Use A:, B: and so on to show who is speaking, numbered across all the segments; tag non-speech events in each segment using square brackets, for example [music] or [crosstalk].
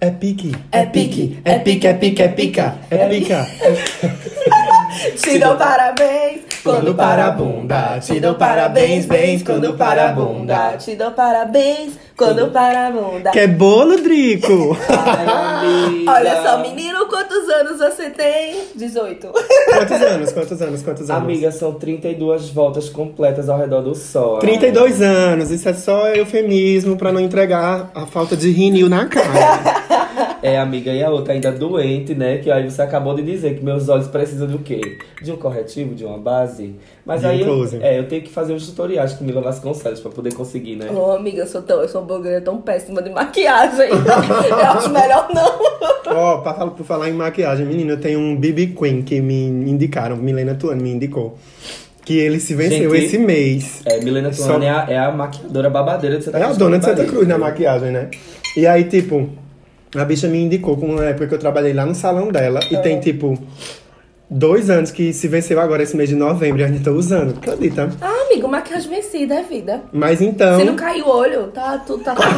A: É pique,
B: É pique, é pique, é pique, é pica,
A: é pica.
B: Te dou parabéns quando para a bunda. Te dou parabéns, bens quando para a bunda. Te dou parabéns quando para a bunda.
A: Quer é bolo,
B: [laughs]
A: Drico?
B: Olha só, menino, quantos anos você tem? 18.
A: Quantos anos, quantos anos, quantos anos?
C: Amiga, são 32 voltas completas ao redor do sol.
A: 32 anos, isso é só eufemismo pra não entregar a falta de rinil na
B: [laughs]
A: cara.
C: É, amiga, e a outra ainda doente, né? Que aí você acabou de dizer que meus olhos precisam do quê? De um corretivo, de uma base. Mas
A: De um
C: aí
A: close.
C: eu, é, eu tenho que fazer uns tutoriais com Mila Vasconcelos pra poder conseguir, né?
B: Ô, amiga, eu sou tão, eu sou blogueira tão péssima de maquiagem. Eu acho melhor não.
A: Ó, pra fal- por falar em maquiagem, menina, eu tenho um BB Queen que me indicaram, Milena Tuani me indicou. Que ele se venceu
C: Gente,
A: esse mês.
C: É, Milena
A: Só-
C: Tuani é, a, é a maquiadora babadeira de Santa
A: É a
C: Cruz
A: dona
C: do
A: de Santa
C: Bahia.
A: Cruz na maquiagem, né? E aí, tipo, a bicha me indicou com uma época que eu trabalhei lá no salão dela. E tem, tipo, dois anos que se venceu agora esse mês de novembro e a gente tá usando. Acredita?
B: Ah, amigo, maquiagem vencida é vida.
A: Mas
B: Se não
A: então.
B: cair o olho, tá tudo tá tudo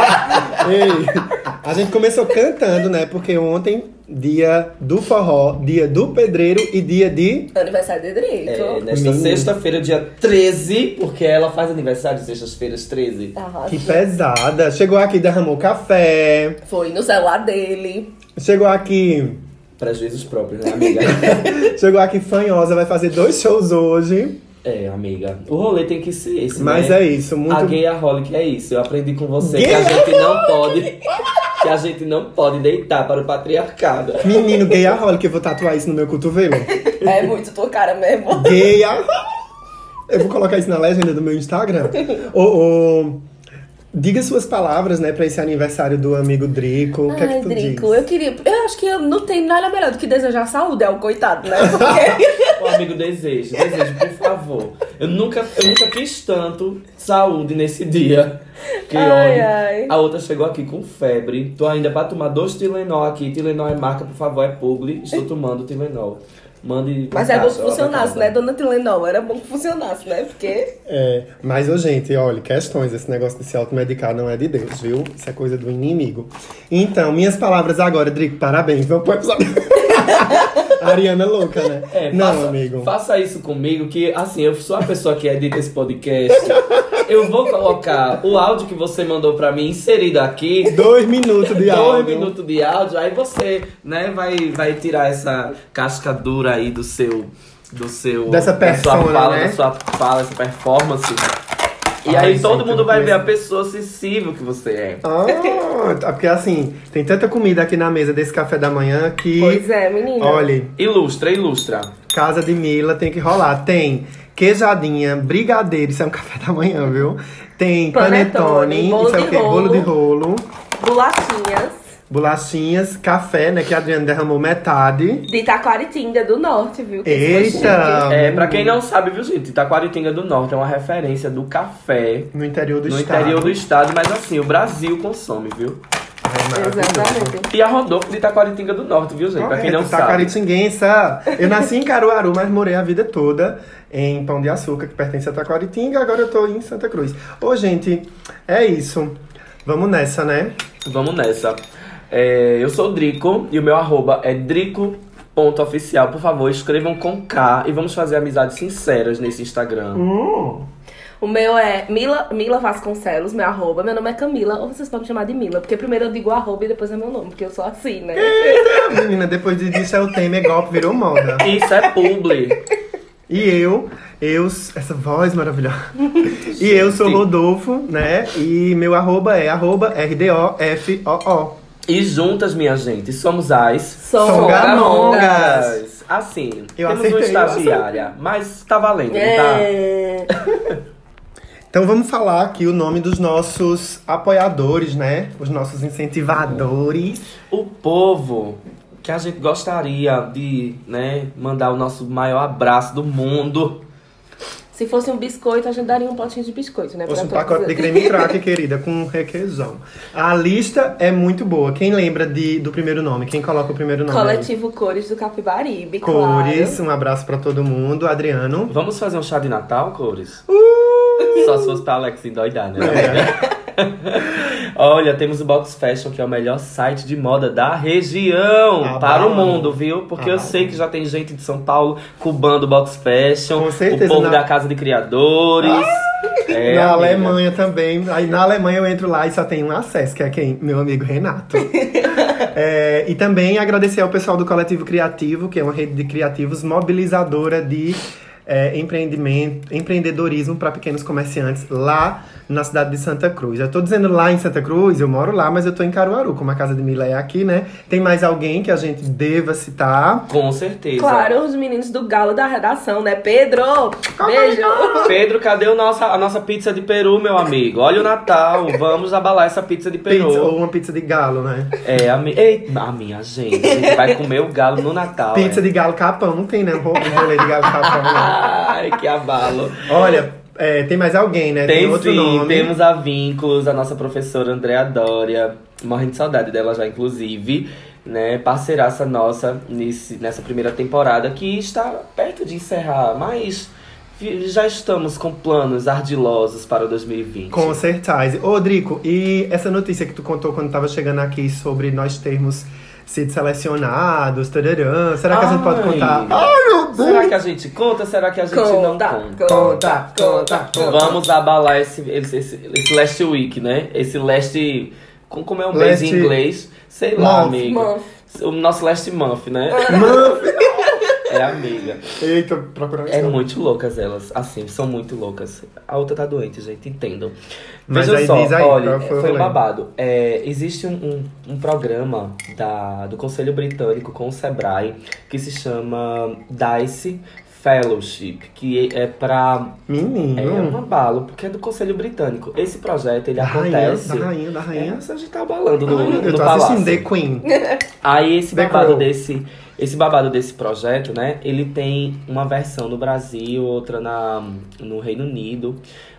B: [laughs]
A: ei, a gente começou cantando, né? Porque ontem, dia do forró, dia do pedreiro e dia de.
B: bem. Aniversário de
C: É,
B: direito.
C: nesta
A: Menina.
C: sexta-feira, dia 13, porque ela faz aniversário de sextas-feiras 13.
B: Tá,
A: Que pesada! Chegou aqui, derramou café.
B: Foi no celular dele.
A: Chegou aqui.
C: Prejuízos próprios, né, amiga?
A: Chegou aqui fanhosa, vai fazer dois shows hoje.
C: é, amiga. O rolê tem que ser esse,
A: Mas
C: né?
A: é isso, muito.
C: A gayaholic é isso. Eu aprendi com você que a
A: Gayaholic!
C: gente não pode... Que a gente não pode deitar para o patriarcado.
A: Menino, gay rola que eu vou tatuar isso no meu cotovelo.
B: É muito tua cara mesmo.
A: Gay ah. Eu vou colocar isso na legenda do meu Instagram. Ô, ô, diga suas palavras, né, pra esse aniversário do amigo Drico. O que é
B: Ai,
A: que tu
B: Drico,
A: diz?
B: eu queria. Eu acho que eu não tem nada melhor do que desejar saúde, é o coitado, né? Porque
A: [laughs]
C: O amigo desejo, desejo, por favor. Eu nunca, eu nunca quis tanto saúde nesse dia. Que
B: Ai,
C: olha.
B: ai.
C: A outra chegou aqui com febre. Tô ainda pra tomar dois Tilenol aqui. Tilenol é marca, por favor, é publi. Estou tomando Tilenol. Mande.
B: Mas é bom que funcionasse, né, dona Tilenol? Era bom que funcionasse, né? Porque.
A: É, mas, ô, gente, olha, questões. Esse negócio de se automedicar não é de Deus, viu? Isso é coisa do inimigo. Então, minhas palavras agora, Drico, parabéns. Vamos pro episódio. [laughs] Ariana louca, né?
C: É,
A: não,
C: faça,
A: amigo.
C: faça isso comigo, que assim, eu sou a pessoa que edita esse podcast.
A: [laughs]
C: Eu vou colocar o áudio que você mandou pra mim inserido aqui.
A: Dois minutos de áudio.
C: Dois minutos de áudio, aí você, né, vai, vai tirar essa casca dura aí do seu. Do seu
A: Dessa
C: da
A: persona,
C: sua fala,
A: né?
C: da sua fala, essa performance. E
A: Ai,
C: aí
A: gente,
C: todo
A: eu
C: mundo
A: vou
C: vai ver
A: começar.
C: a pessoa sensível que você é.
A: Ah, tá, porque assim, tem tanta comida aqui na mesa desse café da manhã que.
B: Pois é, menina.
A: Olha,
C: Ilustra, ilustra.
A: casa de Mila tem que rolar. Tem queijadinha, brigadeiro, isso é um café da manhã, viu? Tem panetone,
B: Panetone, bolo
A: isso é o
B: de
A: quê? Bolo
B: rolo.
A: de rolo,
B: Bolachinhas
A: bolachinhas, café, né? Que a Adriana derramou metade.
B: de Taquaritinga do Norte, viu? Que isso foi
A: Eita!
C: É, pra quem não sabe, viu, gente? Taquaritinga do Norte é uma referência do café
A: No interior do
C: no
A: estado.
C: interior do estado, mas assim, o Brasil consome, viu?
A: Ai,
B: chique.
A: maravilhoso.
B: Exatamente.
C: E a Rodolfo de Taquaritinga do Norte, viu, gente? Pra quem não
A: Correto, tá
C: sabe.
A: Taquaritinguença. tá? Eu nasci em Caruaru, mas morei a vida toda em Pão de Açúcar, que pertence a Taquaritinga. Agora eu tô em Santa Cruz. Ô, gente, é isso. Vamos nessa, né?
C: Vamos nessa. É, eu sou o Drico e o meu arroba é drico.oficial. Por favor, escrevam com K e vamos fazer amizades sinceras nesse Instagram. Hum.
B: O meu é Mila, Mila Vasconcelos, meu arroba. Meu nome é Camila, ou vocês podem me chamar de Mila, porque primeiro eu digo arroba e depois é meu nome, porque eu sou assim, né?
A: Eita, menina, depois de- disso é o tema, é golpe, virou moda.
C: Isso é publi.
A: E eu, eu, essa voz maravilhosa. E eu sou
C: Gente.
A: Rodolfo, né? E meu arroba é arroba RDOFOO.
C: E juntas, minha gente, somos as
B: Sou
A: Songamongas.
C: Songamongas. Assim,
A: Eu
C: temos
A: acertei,
C: uma
A: eu
C: estagiária, mas tá valendo, não tá?
B: É.
A: Então vamos falar aqui o nome dos nossos apoiadores, né? Os nossos incentivadores.
C: O povo que a gente gostaria de, né, mandar o nosso maior abraço do mundo.
B: Se fosse um biscoito, a gente daria um potinho de biscoito, né?
A: Fosse um
B: pra todos
A: pacote de
B: eles.
A: creme crack, querida, com requeijão. A lista é muito boa. Quem lembra de, do primeiro nome? Quem coloca o primeiro nome? aí?
B: [laughs] Coletivo Cores do Capibaribe,
A: Cores,
B: claro.
A: um abraço pra todo mundo. Adriano.
C: Vamos fazer um chá de
A: Uh! [laughs]
C: Natal, Cores? Só se fosse pra Alex endoidar, né?
A: É.
C: Olha, temos o Box Fashion, que é o melhor site de moda da região.
A: Ah,
C: para
A: bom.
C: o mundo, viu? Porque
A: Ah,
C: eu
A: bom.
C: sei que já tem gente de São Paulo cubando o Box Fashion.
A: Com certeza,
C: O povo
A: na- Ah!
C: da Casa de Criadores. É,
A: na
C: amiga.
A: Alemanha também. Aí na Alemanha eu entro lá e só tem um acesso, que é quem? Meu amigo
C: [laughs]
A: Renato. É, e também agradecer ao pessoal do Coletivo Criativo, que é uma rede de criativos mobilizadora de é, empreendimento, empreendedorismo para pequenos comerciantes lá na cidade de Santa Cruz. Eu tô dizendo lá em Santa Cruz, eu moro lá, mas eu tô em Caruaru, como a casa de Mila é aqui, né? Tem mais alguém que a gente deva citar?
C: Com certeza.
B: Claro, os meninos do Galo da redação, né? Pedro! Beijo!
C: Pedro, cadê o nossa, a nossa pizza de peru, meu amigo? Olha o Natal, vamos abalar essa pizza de peru.
A: Pizza, ou uma pizza de galo, né?
C: É, a, mi... Ei, a minha gente vai comer o galo no Natal.
A: Pizza
C: é.
A: de galo capão, não tem, né? Um rolê de galo capão, não.
C: Ai, que abalo.
A: Olha, é, tem mais alguém, né? Tem,
C: Tem
A: outro
C: sim,
A: nome.
C: temos a Vínculos, a nossa professora Andréa Dória. Morrendo de saudade dela já, inclusive. Né, parceiraça nossa nesse, nessa primeira temporada que está perto de encerrar, mas vi- já estamos com planos ardilosos para 2020.
A: Com certeza. Ô, Drico, e essa notícia que tu contou quando tava chegando aqui sobre nós termos sido selecionados, tararã, será que a gente pode
C: Ai.
A: contar? Ai, meu Deus!
C: Será que a gente conta? Será que a gente não
B: Conta,
C: conta?
B: conta, conta, conta.
C: Vamos abalar esse, esse, esse, esse last week, né? Esse last. com- Como é um mês
A: Last-
C: em inglês? Sei lá,
A: Month.
C: amigo.
B: Month.
C: O nosso last month, né?
A: Mano,
C: é amiga.
A: eita, procurando
C: É
A: isso.
C: muito loucas elas, assim, são muito loucas. A outra tá doente, gente, entendam.
A: Mas
C: Veja
A: aí
C: só,
A: diz aí,
C: olha,
A: qual foi o
C: foi um
A: rolê?
C: babado. É, existe um, um, um programa da, do Conselho Britânico com o Sebrae que se chama DICE Fellowship, que é pra
A: Menino.
C: é um abalo, porque é do Conselho Britânico. Esse projeto, ele
A: da rainha,
C: É, acontece...
A: da rainha, da rainha.
C: É, a gente tá abalando no,
A: Ai,
C: no,
A: eu tô
C: palácio.
A: assistindo The Queen.
C: Aí esse
A: The
C: babado
A: Crown.
C: desse... Esse babado desse projeto, né? Ele tem uma versão no Brasil, outra na, no Reino Unido,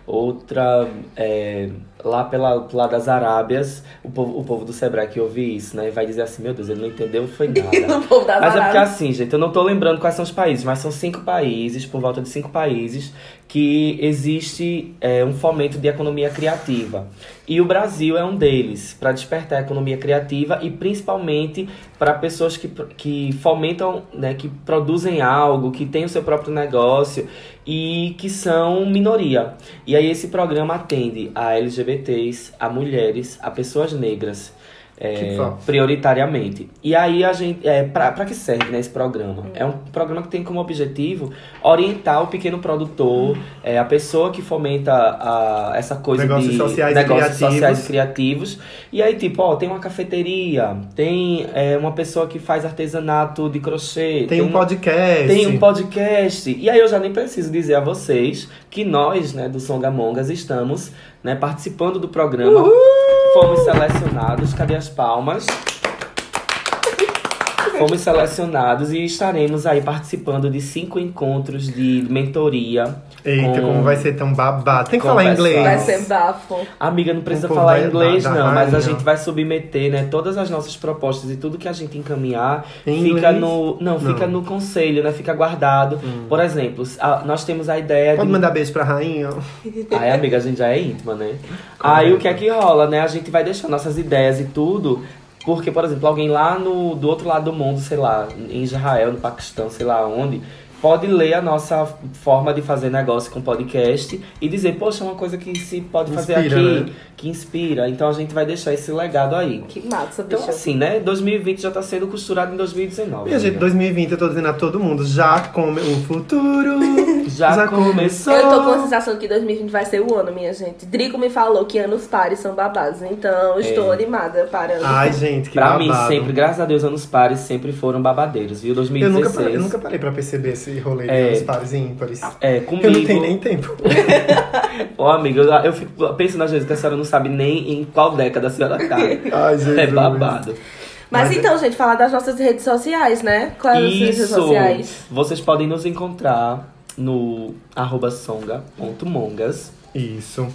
C: outra é, lá pela, lá das Arábias. O povo, o povo do Sebrae que ouve isso, né? Vai dizer assim, meu Deus, ele não entendeu,
B: [laughs]
C: foi nada.
B: No povo das
C: Mas é porque
B: Arábias.
C: assim, gente, eu não tô lembrando quais são os países, mas são cinco países, por volta de cinco países, que existe é, um fomento de economia criativa. E o Brasil é um deles, para despertar a economia criativa e principalmente para pessoas que, que fomentam, né, que produzem algo, que têm o seu próprio negócio e que são minoria. E aí esse programa atende a LGBTs, a mulheres, a pessoas negras. é,
A: Que top.
C: prioritariamente. E aí a gente. É, pra, pra que serve né, esse programa? É um programa que tem como objetivo orientar o pequeno produtor, é, a pessoa que fomenta a, essa coisa
A: Negócios
C: de
A: sociais e
C: negócios
A: criativos.
C: sociais e criativos. E aí, tipo, ó, tem uma cafeteria, tem é, uma pessoa que faz artesanato de crochê.
A: Tem um
C: uma-
A: podcast.
C: tem um podcast. E aí eu já nem preciso dizer a vocês que nós, né, do Songamongas, estamos né, participando do programa. Fomos selecionados. Cadê as palmas? Fomos selecionados e estaremos aí participando de cinco encontros de mentoria.
A: Eita,
C: com-
A: como vai ser tão babado. Tem que
C: Com
A: falar
C: pessoal.
A: inglês.
B: Vai ser bafo.
C: Amiga, não precisa
A: O povo
C: falar
A: vai
C: inglês,
A: dar-
C: não,
A: dar
C: mas a
A: rainha.
C: gente vai submeter, né? Todas as nossas propostas e tudo que a gente encaminhar
A: Em
C: fica
A: inglês?
C: no. Não, fica
A: Não. Hum.
C: no conselho, né? Fica guardado. Por exemplo, a- nós temos a ideia
A: Pode
C: de.
A: mandar beijo pra rainha?
C: Aí, amiga, a gente já é íntima, né? Aí o que é que rola, né? A gente vai deixar nossas ideias e tudo. Porque, por exemplo, alguém lá no, do outro lado do mundo, sei lá, em Israel, no Paquistão, sei lá onde, pode ler a nossa forma de fazer negócio com podcast e dizer, poxa, é uma coisa que se pode fazer
A: Inspira,
C: aqui,
A: né?
C: que inspira. Então a gente vai deixar esse legado aí.
B: Que massa,
C: Então,
B: bicho.
C: assim, né? 2020 já tá sendo costurado em 2019.
A: Minha gente,
C: amiga.
A: 2020 eu tô dizendo a todo mundo, já come o futuro.
C: Já,
A: já
C: começou.
B: Eu tô com a sensação que 2020 vai ser o ano, minha gente. Drico me falou que anos pares são babados, então eu estou animada para anos
A: Ai, gente, que
C: Pra mim,
A: babado.
C: sempre, graças a Deus, anos pares sempre foram babadeiros, viu?
A: Eu
C: 2016.
A: nunca, parei, eu nunca parei pra perceber esse rolê
C: É.
A: dos pares e ímpares.
C: É,
A: Eu não tenho
C: comigo.
A: nem
C: [laughs]
A: tempo.
C: Ô, amiga, eu, eu fico pensando às vezes que a senhora não sabe nem em qual década a senhora
A: [laughs]
C: tá.
A: Ai, Jesus.
C: é babado.
B: Mas
A: Mas-
B: então, gente, falar das nossas redes sociais, né?
A: Tá
B: Quais as nossas redes
C: Isso!
B: sociais?
C: Vocês podem nos encontrar no arroba songa.mongas.
A: Isso.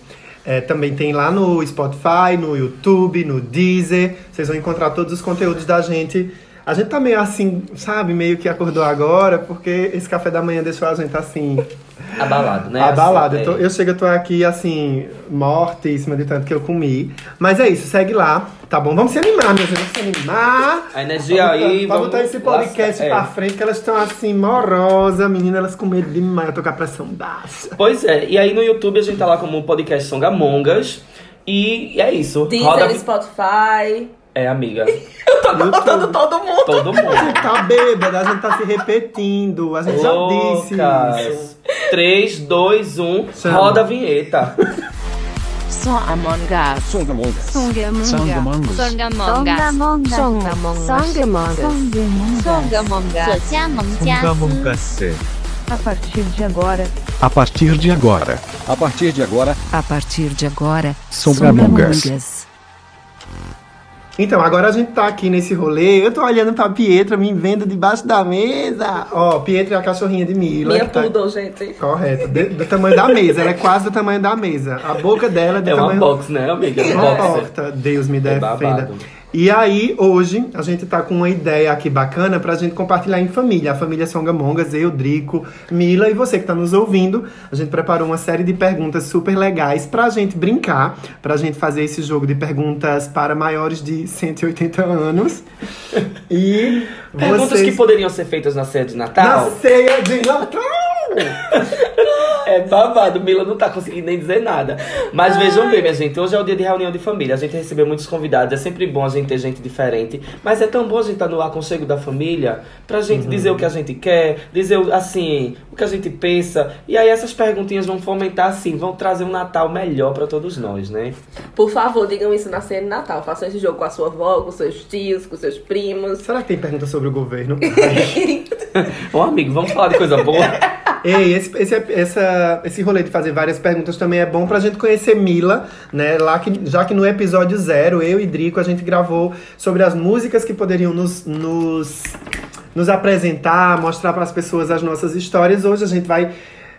A: É, também tem lá no Spotify, no YouTube, no Deezer. Vocês vão encontrar todos os conteúdos da gente. A gente tá meio assim, sabe? Meio que acordou agora, porque esse café da manhã deixou a gente assim,
C: Abalado, né?
A: Abalado.
C: Assim,
A: eu, tô- eu chego, eu tô aqui, assim, mortíssima de tanto que eu comi. Mas é isso, segue lá, tá bom? Vamos se animar, minha gente, vamos se animar.
C: A energia aí.
A: Pra botar esse podcast
C: lascar- é.
A: pra frente, que elas estão assim, morosa. Menina, elas com medo demais, eu tô com a pressão baixa.
C: Pois é, e aí no YouTube a gente tá lá como podcast Songamongas. E é isso.
B: Deezer,
C: Roda.
B: Spotify.
C: É, amiga.
B: Eu tô contando todo mundo.
C: Todo mundo.
A: Tá bêbada, a gente tá se repetindo, a gente [laughs] já disse isso.
C: Loucas. 3, 2, 1,
A: Chama.
C: roda a vinheta.
D: Songamongas. Songamongas.
E: Songamongas.
D: Songamongas. Songamongas. Songamongas.
F: A partir de agora,
E: A partir de agora,
G: A partir de agora,
H: A partir de agora,
E: Songamongas.
H: Songamongas.
A: Então, agora a gente tá aqui nesse rolê. Eu tô olhando pra Pietra, me vendo debaixo da mesa. Ó, Pietra é a cachorrinha de Mila.
B: Minha
A: que tá-
B: poodle, gente.
A: Correto. De- do tamanho da mesa. Ela é quase do tamanho da mesa. A boca dela é do
C: É uma
A: tamanho...
C: box, né, amiga? É
A: Uma
C: uma box.
A: porta. Deus me
C: É
A: defenda.
C: babado.
A: e aí, hoje, a gente tá com uma ideia aqui bacana pra gente compartilhar em família. A família Songamongas, eu, Drico, Mila e você que tá nos ouvindo. A gente preparou uma série de perguntas super legais pra gente brincar, pra gente fazer esse jogo de perguntas para maiores de 180 anos. E
C: Perguntas
A: vocês...
C: que poderiam ser feitas na ceia de
A: Na
C: Natal.
A: ceia de Natal!
C: É babado, Mila não tá conseguindo nem dizer nada. Mas vejam bem, minha gente, hoje é o dia de reunião de família. A gente recebeu muitos convidados, é sempre bom a gente ter gente diferente. Mas é tão bom a gente estar no aconchego da família pra gente dizer o que a gente quer, dizer o- assim, o que a gente pensa. E aí essas perguntinhas vão fomentar assim, vão trazer um Natal melhor pra todos nós, né?
B: Por favor, digam isso na ceia de Natal. Façam esse jogo com a sua avó, com seus tios, com seus primos.
A: Será que tem pergunta sobre o governo?
C: Ô amigo, vamos falar de coisa boa?
A: Ei, esse, esse, é, essa, esse rolê de fazer várias perguntas também é bom pra gente conhecer Mila, né? Lá que, já que no episódio zero, eu e Drico, a gente gravou sobre as músicas que poderiam nos. nos nos apresentar, mostrar pras pessoas as nossas histórias. Hoje a gente vai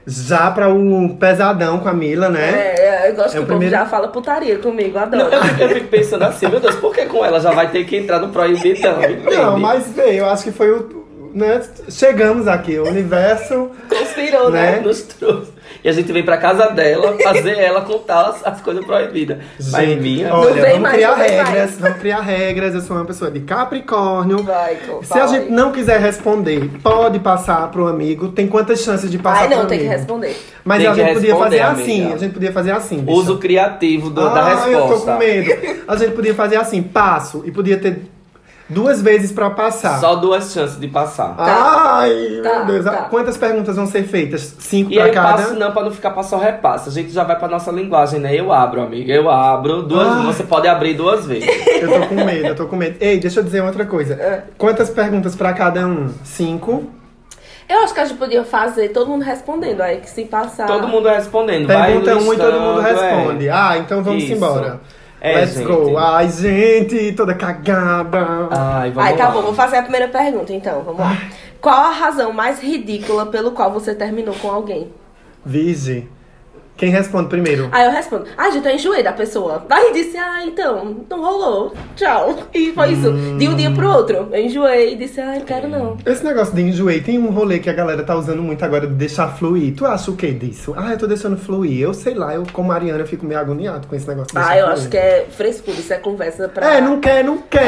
A: já pra o pesadão com a Mila, né?
B: [laughs] É, eu gosto
A: É
B: que
A: o
B: o povo
A: primeiro-
B: já fala putaria comigo,
C: Não,
B: adoro.
C: eu, fico- eu fico pensando assim, meu Deus, por que com ela já vai ter que entrar no proibidão? Entende?
A: Não, mas veio, eu acho que foi o. Né? Chegamos aqui, o universo.
B: Conspirou,
A: né?
B: né?
C: nos trouxe. E a gente veio pra casa dela fazer ela contar as, as coisas proibidas. Mas
A: Gente,
C: minha.
A: olha,
B: vem
A: vamos
B: mais, é
A: criar
B: não vem
A: regras,
B: mais.
A: vamos criar regras. Eu sou uma pessoa de Capricórnio.
B: Vai,
A: Se a
B: fala
A: gente
B: aí.
A: não quiser responder, pode passar pro amigo. Tem quantas chances de passar
B: Ai,
A: pro
B: não,
A: amigo?
B: tem que responder.
A: Mas
C: Tem
A: a
C: que
A: gente podia
C: responder,
A: fazer
C: amiga.
A: assim, a gente podia fazer assim. bicha.
C: Uso criativo do- da
A: Ah, eu tô com
C: resposta.
A: medo. A gente podia fazer assim, passo. E podia ter duas vezes pra passar.
C: Só duas chances de passar.
A: Ah, Ai,
B: Tá,
A: meu Deus.
B: tá.
A: Quantas perguntas vão ser feitas? Cinco
C: E
A: pra
C: aí
A: cada?
C: passo não, pra não ficar pra só repasso. A gente já vai pra nossa linguagem, né? Eu abro, amiga. Eu abro duas.
A: Ah.
C: Você pode abrir duas vezes.
A: Eu tô com medo, eu tô com medo. Ei, deixa eu dizer outra
B: [laughs] É.
A: coisa. Quantas perguntas pra cada um? Cinco.
B: Eu acho que a gente podia fazer todo mundo respondendo. Aí que se passar.
C: Todo mundo respondendo.
A: Pergunta
C: vai
A: um e todo mundo
C: listando, é.
A: responde. Ah, então vamos
C: Isso.
A: embora.
C: É,
A: Let's
C: gente.
A: go. Ai, gente, toda cagada.
C: Ai, vamos
B: Aí tá
C: lá.
B: bom, vou fazer a primeira pergunta então, vamos lá. Qual a razão mais ridícula pelo qual você terminou com alguém?
A: Vige. Quem responde primeiro?
B: Aí eu respondo, ai gente, eu enjoei da pessoa. Aí disse, ah, então, não rolou, tchau. [laughs] E foi isso, de um dia pro outro. Eu enjoei e disse, ai, não quero não.
A: Esse negócio de enjoei, tem um rolê que a galera tá usando muito agora de deixar fluir. Tu acha o que disso? Ah, eu tô deixando fluir. Eu sei lá, eu como Mariana eu fico meio agoniado com esse negócio. de
B: Ah,
A: deixar
B: eu
A: fluir.
B: acho que é frescura, isso é conversa pra...
A: É, não quer, não quer.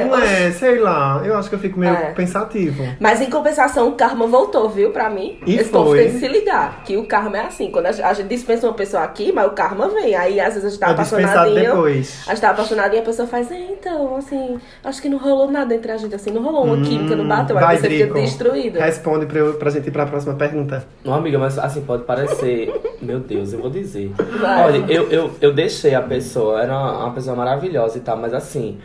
B: É,
A: não é, sei lá. Eu acho que eu fico meio
B: É.
A: pensativo.
B: Mas em compensação, o karma voltou, viu, pra mim.
A: E
B: Esse povo
A: foi.
B: tem que se ligar, que o karma é assim. Quando a gente- a gente dispensa uma pessoa aqui, mas o karma vem. Aí às vezes a gente tá
A: é dispensado
B: apaixonadinho.
A: depois.
B: A gente tá apaixonada e a pessoa faz, é, então, assim, acho que não rolou nada entre a gente, assim, não rolou uma química, não bateu,
A: Hum, vai,
B: aí você
A: Drico.
B: fica destruída.
A: Responde pra, eu, pra gente ir pra próxima pergunta.
C: Não, amiga, mas assim, pode parecer. [laughs] Meu Deus, eu vou dizer.
B: Vai.
C: Olha, eu, eu, eu deixei a pessoa, era uma, uma pessoa maravilhosa e tal, mas assim,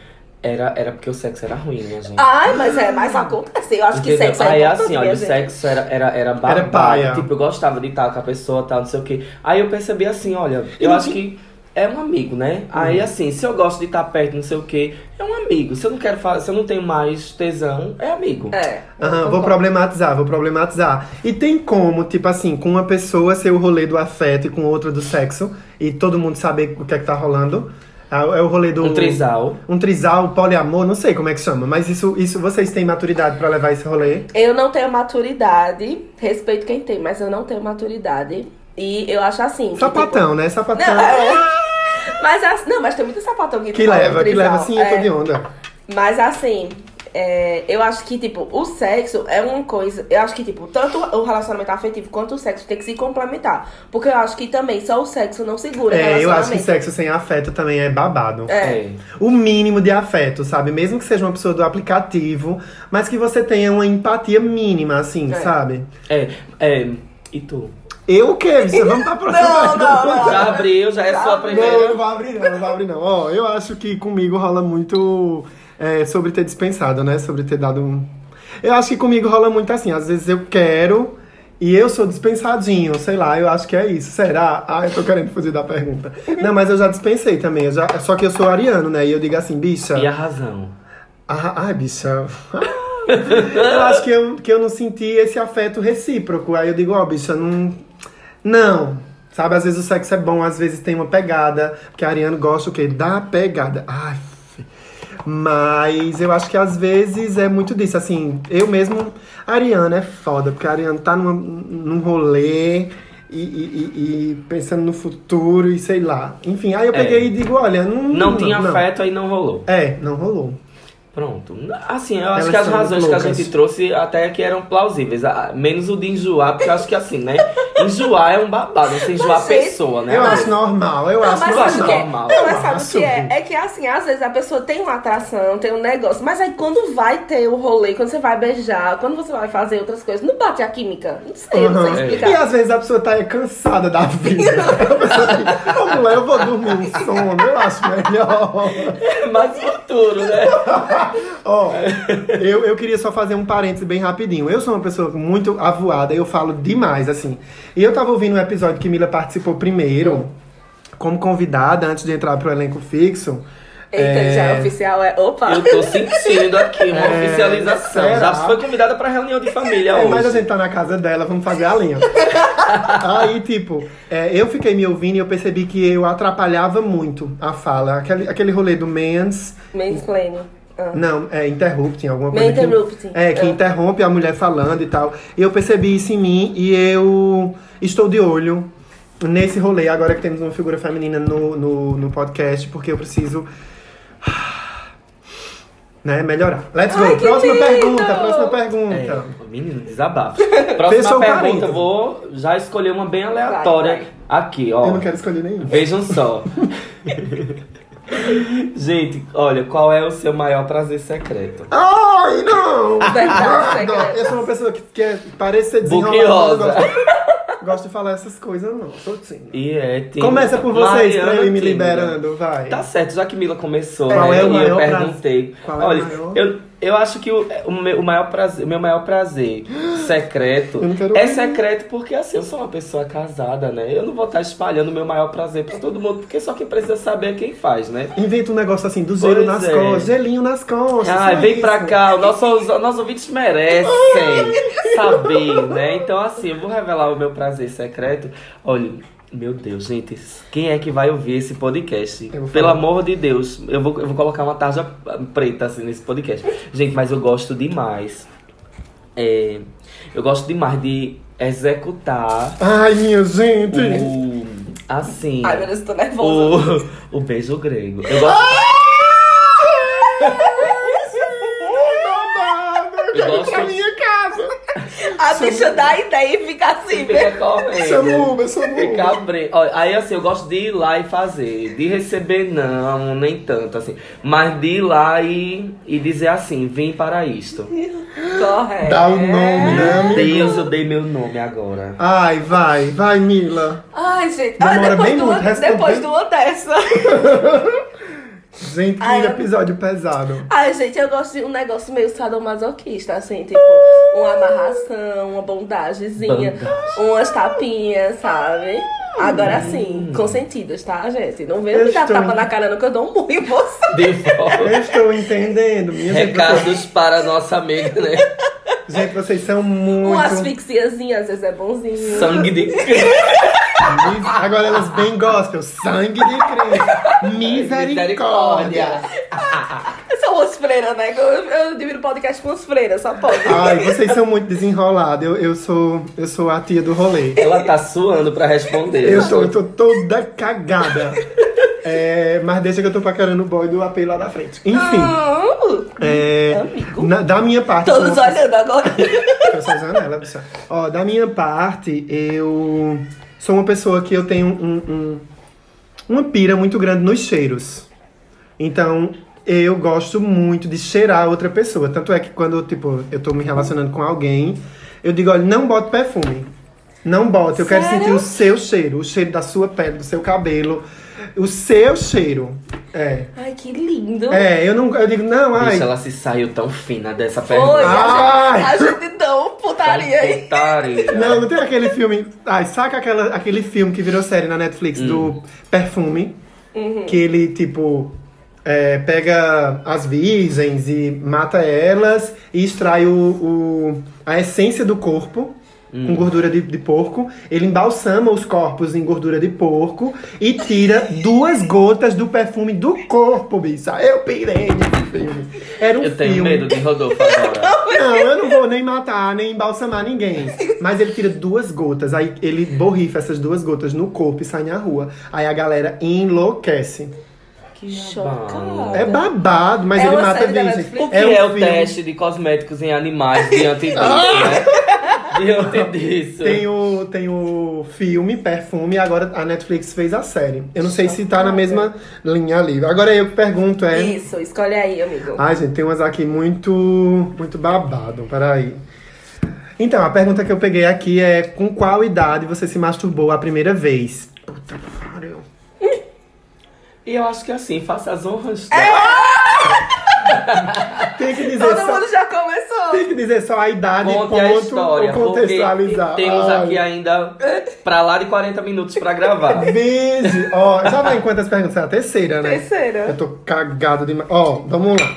C: era, era porque o sexo era ruim, minha gente.
B: Ai, mas é, mas acontece. Eu acho que sexo
C: Aí
B: é importante,
C: assim, olha,
B: minha
C: o
B: gente.
C: sexo era, era, era babado.
A: paia.
C: Tipo, eu gostava de estar com a pessoa tal, não sei o quê. Aí eu percebi assim, olha, eu acho que é um amigo, né? Aí assim, se eu gosto de estar perto, não sei o quê, é um amigo. Se eu não quero fazer, se eu não tenho mais tesão, é amigo.
B: É.
A: Aham, vou problematizar, vou problematizar. E tem como, tipo assim, com uma pessoa ser o rolê do afeto e com outra do sexo e todo mundo saber o que é que tá rolando? Ah, É o rolê do.
C: Um trisal.
A: Um trisal, poliamor, não sei como é que chama, mas isso, isso vocês têm maturidade pra levar esse rolê?
B: Eu não tenho maturidade. Respeito quem tem, mas eu não tenho maturidade. E eu acho assim. que,
A: Sapatão, né?
B: tipo,
A: Sapatão.
B: não, é- mas as- não, mas tem muito sapatão que
A: Que
B: fala
A: leva, que
B: trisal.
A: leva assim, sim, eu tô
B: é,
A: de onda.
B: Mas assim, é, eu acho que, tipo, o sexo é uma coisa. Eu acho que, tipo, tanto o relacionamento afetivo quanto o sexo tem que se complementar. Porque eu acho que também só o sexo não segura. o
A: É, eu acho que
B: relacionamento.
A: sexo sem afeto também é babado.
B: É.
A: O mínimo de afeto, sabe? Mesmo que seja uma pessoa do aplicativo, mas que você tenha uma empatia mínima, assim,
B: É.
A: sabe?
C: É, é. E tu?
A: Eu o quê? Você- Vamos pra próxima
B: Não, não, não.
C: Já abriu, já é sua
A: Não, eu
C: primeira.
A: não vou abrir, não, eu não vou abrir, não. Ó, eu acho que comigo rola muito é, sobre ter dispensado, né? Sobre ter dado um. Eu acho que comigo rola muito assim. Às vezes eu quero e eu sou dispensadinho, sei lá, eu acho que é isso. Será? Ah, eu tô querendo fugir da pergunta. Não, mas eu já dispensei também. eu já- Só que eu sou ariano, né? E eu digo assim, bicha.
C: E a razão?
A: Ah, ai, bicha. [laughs] eu acho que eu, que eu não senti esse afeto recíproco. Aí eu digo, ó, bicha, não. Não. Sabe, às vezes o sexo é bom, às vezes tem uma pegada. Porque a Ariano gosta o quê? Da pegada. Ai. fi. Mas eu acho que às vezes é muito disso. Assim, eu mesmo. A Ariana é foda, porque a Ariana tá numa, num rolê e, e- e- e pensando no futuro e sei lá. Enfim, aí eu
C: É.
A: peguei e digo: olha, não.
C: Não tinha afeto, aí não rolou.
A: É, não rolou.
C: Pronto. Assim, eu
A: Elas
C: acho que as
A: são
C: razões
A: muito
C: que a
A: loucas.
C: gente trouxe até que eram plausíveis. Ah, Menos o de enjoar, porque eu acho que assim, né? Enjoar é um babado, você enjoar a
B: Mas, é- gente,
C: pessoa, né?
A: Eu acho normal, eu
B: Não,
A: acho
B: mas
A: normal.
B: sabe o que é?
C: normal.
B: Não, mas sabe o
A: Acho.
B: que é? É que assim, às vezes a pessoa tem uma atração, tem um negócio, mas aí quando vai ter o rolê, quando você vai beijar, quando você vai fazer outras coisas, não bate a química? Não sei, é, não
A: Uhum.
B: sei
A: E
B: explicar.
A: às vezes a pessoa tá cansada da
B: [laughs]
A: vida. a pessoa fica, vamos lá, eu vou dormir um sono, eu acho melhor.
C: Mas futuro, né?
A: Ó, eu, eu queria só fazer um parêntese bem rapidinho. Eu sou uma pessoa muito avoada, eu falo demais, assim. E eu tava ouvindo um episódio que Mila participou primeiro, como convidada, antes de entrar pro elenco fixo.
B: Eita,
A: É.
B: já é oficial, é. Opa! [laughs]
C: Eu tô sentindo aqui uma
A: É,
C: oficialização.
A: será?
C: Já foi convidada pra reunião de família
A: É,
C: hoje.
A: mas a gente tá na casa dela, vamos fazer a
B: [laughs]
A: linha. Aí, tipo, é, eu fiquei me ouvindo e eu percebi que eu atrapalhava muito a fala. Aquele, aquele rolê do mens.
B: Mansplaining. Ah.
A: Não, é interrupting, alguma
B: Man
A: coisa. que-
B: interrupting.
A: é, que
B: Ah.
A: interrompe a mulher falando e tal. E eu percebi isso em mim e eu estou de olho nesse rolê, agora que temos uma figura feminina no, no, no podcast, porque eu preciso. [sighs] Né, melhorar. Let's go.
B: Ai, que
A: próxima
B: lindo!
A: pergunta, próxima pergunta.
C: É, menino, desabafo. Próxima
A: Fechou o
C: pergunta,
A: parênteses.
C: eu vou já escolher uma bem aleatória
B: vai.
C: aqui, ó.
A: Eu não quero escolher nenhum.
C: Vejam só. gente, olha, qual é o seu maior prazer secreto?
A: Ai, não!
B: Ah, [laughs] Verdade, né?
A: Nada.
B: secreta.
A: Eu sou uma pessoa que quer parecer desenrolada.
C: Buquiosa.
A: eu Gosto, gosto de falar essas coisas, não. Sou tímida.
C: E é, tem
A: Começa por vocês, pra eu ir me
C: Mariana Tímida.
A: liberando, vai.
C: Tá certo, já que Mila começou,
A: Qual
C: né,
A: é o
C: e eu
A: maior prazer?
C: perguntei.
A: Qual é o
C: Olha,
A: maior?
C: eu, eu acho que o, o meu, o maior prazer, o meu maior
A: [gasps]
C: prazer secreto
A: Eu não quero
C: é
A: ouvir.
C: secreto porque assim, eu sou uma pessoa casada, né? Eu não vou estar espalhando o meu maior prazer pra todo mundo, porque só quem precisa saber é quem faz, né?
A: Inventa um negócio assim, do gelo
C: Pois
A: nas
C: é.
A: costas, gelinho nas costas.
C: Ai,
A: só
C: vem
A: isso.
C: pra cá, os nossos, os nossos ouvintes merecem saber, né? Então, assim, eu vou revelar o meu prazer secreto. Olha, meu Deus, gente, quem é que vai ouvir esse podcast?
A: Eu vou
C: Pelo
A: falar.
C: amor de Deus, eu vou, eu vou colocar uma tarja preta, assim, nesse podcast. Gente, mas eu gosto demais. É, eu gosto demais de executar
A: Ai, minha gente.
C: o... Assim...
B: Ai, meu Deus, eu tô nervosa.
C: o, o beijo grego. Eu gosto...
B: Ah!
A: Eu
C: Eu
A: quero ir
C: gosto-
A: pra minha casa.
B: A bicha dá ideia e fica assim, né?
C: Fica correndo.
A: Chama o Uber, chama o Uber.
C: Ficar bre... Ó, Aí assim, eu gosto de ir lá e fazer. De receber, não, nem tanto, assim. Mas de ir lá e, e dizer assim, vim para isto.
B: né? Correto.
A: Dá o nome, né, amigo?
C: Deus, eu dei meu nome agora.
A: Ai, vai, vai, Mila.
B: Ai, gente. Ah,
A: Demora
B: depois
A: bem
B: do,
A: muito, responde
B: depois
A: bem-
B: do Odessa.
A: Gente, que
B: Ai, eu-
A: episódio pesado.
B: Ai, gente, eu gosto de um negócio meio sadomasoquista, assim, tipo, uma amarração, uma bondagezinha, umas tapinhas, sabe? Agora sim, consentidas, tá, gente? Não vem me dar
A: Estou-
B: tapa na cara, não, que eu dou um murro em você.
C: De volta.
A: [laughs] Eu estou entendendo, minha gente.
C: Recados para nossa amiga, né?
A: Gente, vocês são muito.
B: Uma asfixiazinha, Um às vezes é bonzinho.
C: Sangue de
A: Agora elas bem gostam. Sangue de Cristo. Misericórdia.
B: São umas freiras, né? Eu, eu divido o podcast com umas freiras, só pode.
A: Ai, vocês são muito desenrolados. Eu, eu, sou, eu sou a tia do rolê.
C: Ela tá suando pra responder.
A: Eu tô, eu tô toda cagada. É, mas deixa que eu tô pacarando o boy do AP lá da frente. Enfim.
B: Ah,
A: é,
B: amigo.
A: na- da minha parte.
B: Todos
A: são-
B: olhando agora.
A: Eu sou Zanella, bicha. Ó, da minha parte, eu sou uma pessoa que eu tenho um- um- uma pira muito grande nos cheiros. Então, eu gosto muito de cheirar outra pessoa. Tanto é que quando, tipo, eu tô me relacionando com alguém, eu digo, olha, não bote perfume. Não bote, eu quero
B: Sério?
A: sentir o seu cheiro, o cheiro da sua pele, do seu cabelo, o seu cheiro. É.
B: Ai, que lindo.
A: É, eu não eu digo, não, ai.
C: Bicho, ela se saiu tão fina dessa
B: Oi,
C: pergunta.
A: Ai.
B: a, gente, a gente dá um putaria aí.
C: Putaria.
A: Não, não tem aquele filme. Ai, saca aquela, aquele filme que virou série na Netflix
C: Hum.
A: do Perfume. Que ele, tipo, é, pega as virgens e mata elas e extrai o, o- a essência do corpo.
C: Hum.
A: Com gordura de, de porco, ele embalsama os corpos em gordura de porco e tira duas gotas do perfume do corpo, bicha. Eu pirei nesse filme. Era um
C: Eu tenho
A: filme.
C: medo de Rodolfo agora.
A: Não, eu não vou nem matar, nem embalsamar ninguém. Mas ele tira duas gotas, aí ele borrifa essas duas gotas no corpo e sai na rua. Aí a galera enlouquece.
B: Que chocada.
A: É babado, mas
B: É
A: ele
B: uma
A: mata
B: série da
A: virgem.
B: Netflix?
C: O que é,
A: um
C: o
A: filme-
C: teste de cosméticos em animais diante
A: [laughs]
C: disso, né? Diante disso.
A: Tem um o, tem o filme, perfume, e agora a Netflix fez a série. Eu não sei se tá na mesma linha ali. Agora eu que pergunto é.
B: Isso, escolhe aí, amigo.
A: Ai, gente, tem umas aqui muito, muito babado. Peraí. Então, a pergunta que eu peguei aqui é: com qual idade você se masturbou a primeira vez? Puta que pariu.
C: E eu acho que assim, faça as honras.
A: É,
C: né?
A: Tem que dizer
B: Todo
A: só.
B: mundo já começou.
A: Tem que dizer só a idade,
C: Conte
A: ponto,
C: a história,
A: ou
C: porque
A: contextualizar.
C: temos
A: Olha.
C: aqui ainda pra lá de 40 minutos
A: [laughs]
C: pra gravar.
A: Vige, ó, já vai em quantas perguntas? É a terceira, né?
B: Terceira.
A: Eu tô cagado demais. Ó, vamos lá.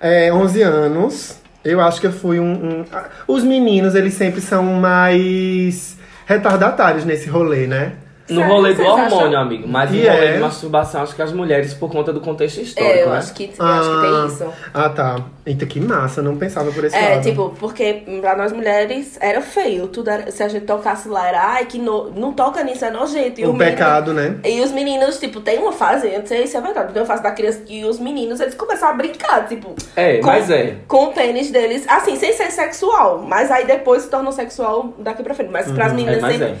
A: É, 11 anos, eu acho que eu fui um, um- ah, Os meninos, eles sempre são mais retardatários nesse rolê, né?
C: No
B: Sério,
C: rolê do
B: vocês acham?
C: hormônio, amigo. Mas no
A: E
C: rolê
A: é.
C: de masturbação, acho que as mulheres, por conta do contexto histórico,
B: É, eu
C: né?
B: acho que, eu acho que tem isso.
A: Ah, tá. Eita, que massa, não pensava por esse
B: É,
A: lado.
B: tipo, porque pra nós mulheres era feio. Tudo era- se a gente tocasse lá era, ai, que no- não toca nisso, é nojento. E
A: o
B: o menino-
A: pecado, né?
B: E os meninos, tipo, tem uma fase, eu não sei se é verdade, tem uma fase da criança que os meninos, eles começam a brincar, tipo...
C: É, mas é.
B: Com o pênis deles, assim, sem ser sexual. Mas aí depois se torna sexual daqui pra frente. Mas pras meninas
C: É, mas
B: sempre...
C: é.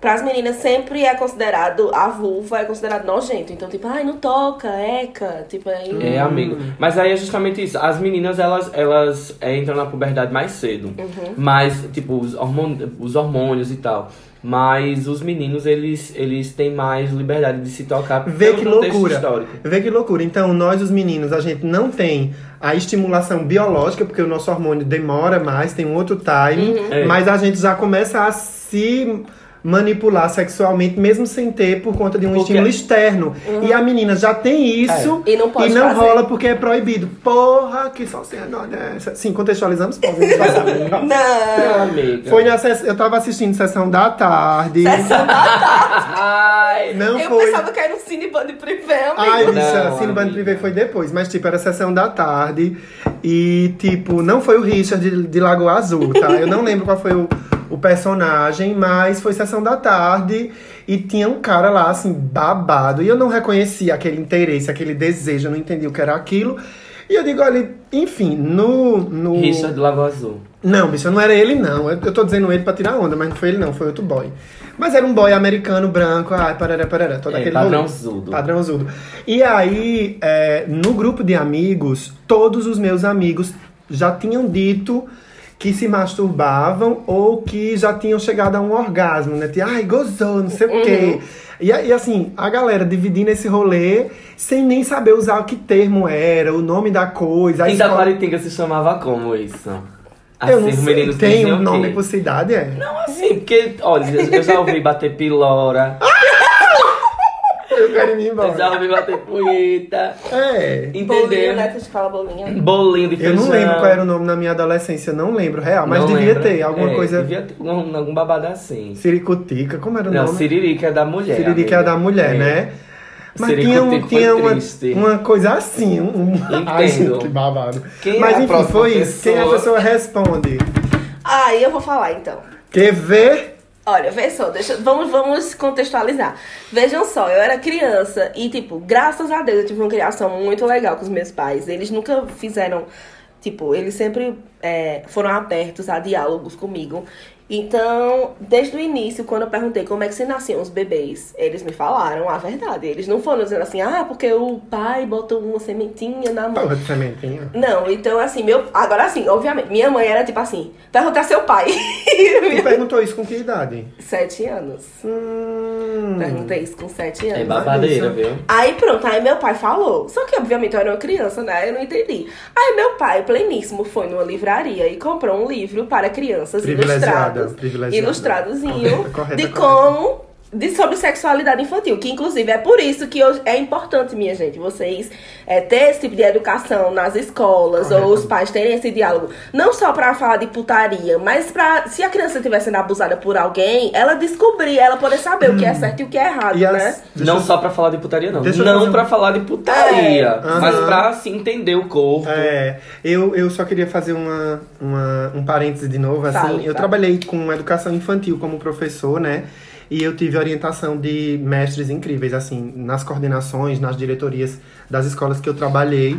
B: Pras meninas sempre é considerado, a vulva é considerado nojento. Então, tipo, ai, não toca, eca, tipo, aí...
C: É, amigo. Mas aí é justamente isso. As meninas, elas, elas é, entram na puberdade mais cedo.
B: Uhum.
C: Mas, tipo, os, hormon- os hormônios e tal. Mas os meninos, eles, eles têm mais liberdade de se tocar
A: Vê
C: pelo
A: que
C: contexto
A: loucura.
C: histórico.
A: Vê que loucura. Então, nós, os meninos, a gente não tem a estimulação biológica, porque o nosso hormônio demora mais, tem um outro time,
B: Uhum.
C: É.
A: mas a gente já começa a se manipular sexualmente, mesmo sem ter, por conta de um
C: Porque- é.
A: estímulo externo. E a menina já tem isso
B: Uhum. É. E não pode fazer.
A: rola porque é proibido. Porra, que salsinha dessa. né? Sim, contextualizamos, pode. a gente vai
C: [laughs]
A: saber.
B: Não!
C: Ah, amiga.
A: Foi na sess... Eu tava assistindo Sessão da Tarde.
B: Sessão da tarde.
C: Ai,
A: Não
B: eu
A: foi.
B: pensava que era um cineband privé, amigo.
A: Ai,
C: Não,
A: bicha,
C: amiga.
A: Cineband Privé foi depois, mas tipo, era sessão da tarde. E, tipo, não foi o Richard de, de Lagoa Azul, tá? Eu não lembro qual foi o, o personagem, mas foi sessão da tarde e tinha um cara lá, assim, babado. E eu não reconhecia aquele interesse, aquele desejo, eu não entendi o que era aquilo. E eu digo, olha, enfim, no. no...
C: Richard do Lago Azul.
A: Não, bicho, não era ele, não. Eu, eu tô dizendo ele pra tirar onda, mas não foi ele, não, foi outro boy. Mas era um boy americano, branco, ai, parará, parará, todo
C: É,
A: aquele
C: padrãozudo.
A: rolê. Padrãozudo. E aí, é, no grupo de amigos, todos os meus amigos já tinham dito que se masturbavam ou que já tinham chegado a um orgasmo, né? Tipo, ai, gozou, não sei o quê. E, a- e assim, a galera dividindo esse rolê sem nem saber usar o que termo era, o nome da coisa. a
C: Em
A: escola-
C: Taquaritinga se chamava como isso? Assim,
A: eu não
C: os
A: sei.
C: meninos
A: Tem
C: diziam
A: um nome
C: que...
A: por cidade, é?
C: Não, assim, porque, olha, eu já ouvi bater pilora.
A: Eu quero ir
C: Eles já
A: embora.
C: vão me bater punheta.
A: É.
B: Bolinho,
C: Entendeu?
B: né? Tu fala bolinho.
C: Bolinho de
A: Eu
C: feijão.
A: não lembro qual era o nome na minha adolescência, não lembro, real. Ah, Mas
C: Não
A: devia
C: lembro.
A: ter alguma
C: É,
A: coisa.
C: Devia ter algum, algum babado assim.
A: Siricutica, como era o
C: Não,
A: nome?
C: Siririca é da mulher.
A: Siririca é a
C: amiga.
A: da mulher,
C: É.
A: né? Mas
C: Siririca
A: tinha, um,
C: foi
A: tinha uma,
C: triste.
A: uma coisa assim. Um... [laughs] Ai, gente, que babado.
C: Quem é
A: Mas
C: a
A: enfim,
C: próxima
A: foi isso. Quem
C: pessoa?
A: é a pessoa responde?
B: Aí eu vou falar então.
A: Quer ver?
B: Olha, vê só, deixa- vamos, vamos contextualizar. Vejam só, eu era criança e, tipo, graças a Deus eu tive uma criação muito legal com os meus pais. Eles nunca fizeram, tipo, eles sempre é, foram abertos a diálogos comigo. Então, desde o início, quando eu perguntei como é que se nasciam os bebês, eles me falaram a verdade. Eles não foram dizendo assim, ah, porque o pai botou uma sementinha na mão.
A: Porra de
C: [laughs]
A: sementinha.
B: Não, então assim, meu. Agora assim, obviamente, minha mãe era tipo assim, perguntar seu pai. [laughs]
A: Tu perguntou isso com que idade?
B: Sete anos.
A: Hum.
B: Perguntei isso com sete
C: É
B: anos.
C: babadeira,
A: Isso.
C: viu?
B: Aí pronto, aí meu pai falou. Só que obviamente eu era uma criança, né? Eu não entendi. Aí meu pai, pleníssimo, foi numa livraria e comprou um livro para crianças
A: Privilegiada,
B: ilustradas.
A: privilegiada.
B: Ilustradozinho
A: [laughs] Correta, correta,
B: de
A: correta.
B: como. De, sobre sexualidade infantil, que inclusive é por isso que hoje é importante, minha gente, vocês é, ter esse tipo de educação nas escolas,
A: Correto.
B: ou os pais terem esse diálogo, não só pra falar de putaria, mas pra, se a criança estiver sendo abusada por alguém, ela descobrir, ela poder saber o que é certo e o que é errado,
A: Hum. E
B: né?
A: as... deixa
C: não
A: eu-
C: só pra falar de putaria, não.
A: Deixa eu
C: não
A: fazer um-
C: pra falar de putaria,
A: É.
C: mas
A: Aham.
C: pra se entender o corpo.
A: É, eu, eu só queria fazer uma, uma- um parêntese de novo, assim.
B: Fale,
A: eu
B: fale.
A: trabalhei com educação infantil como professor, né? E eu tive orientação de mestres incríveis, assim, nas coordenações, nas diretorias das escolas que eu trabalhei.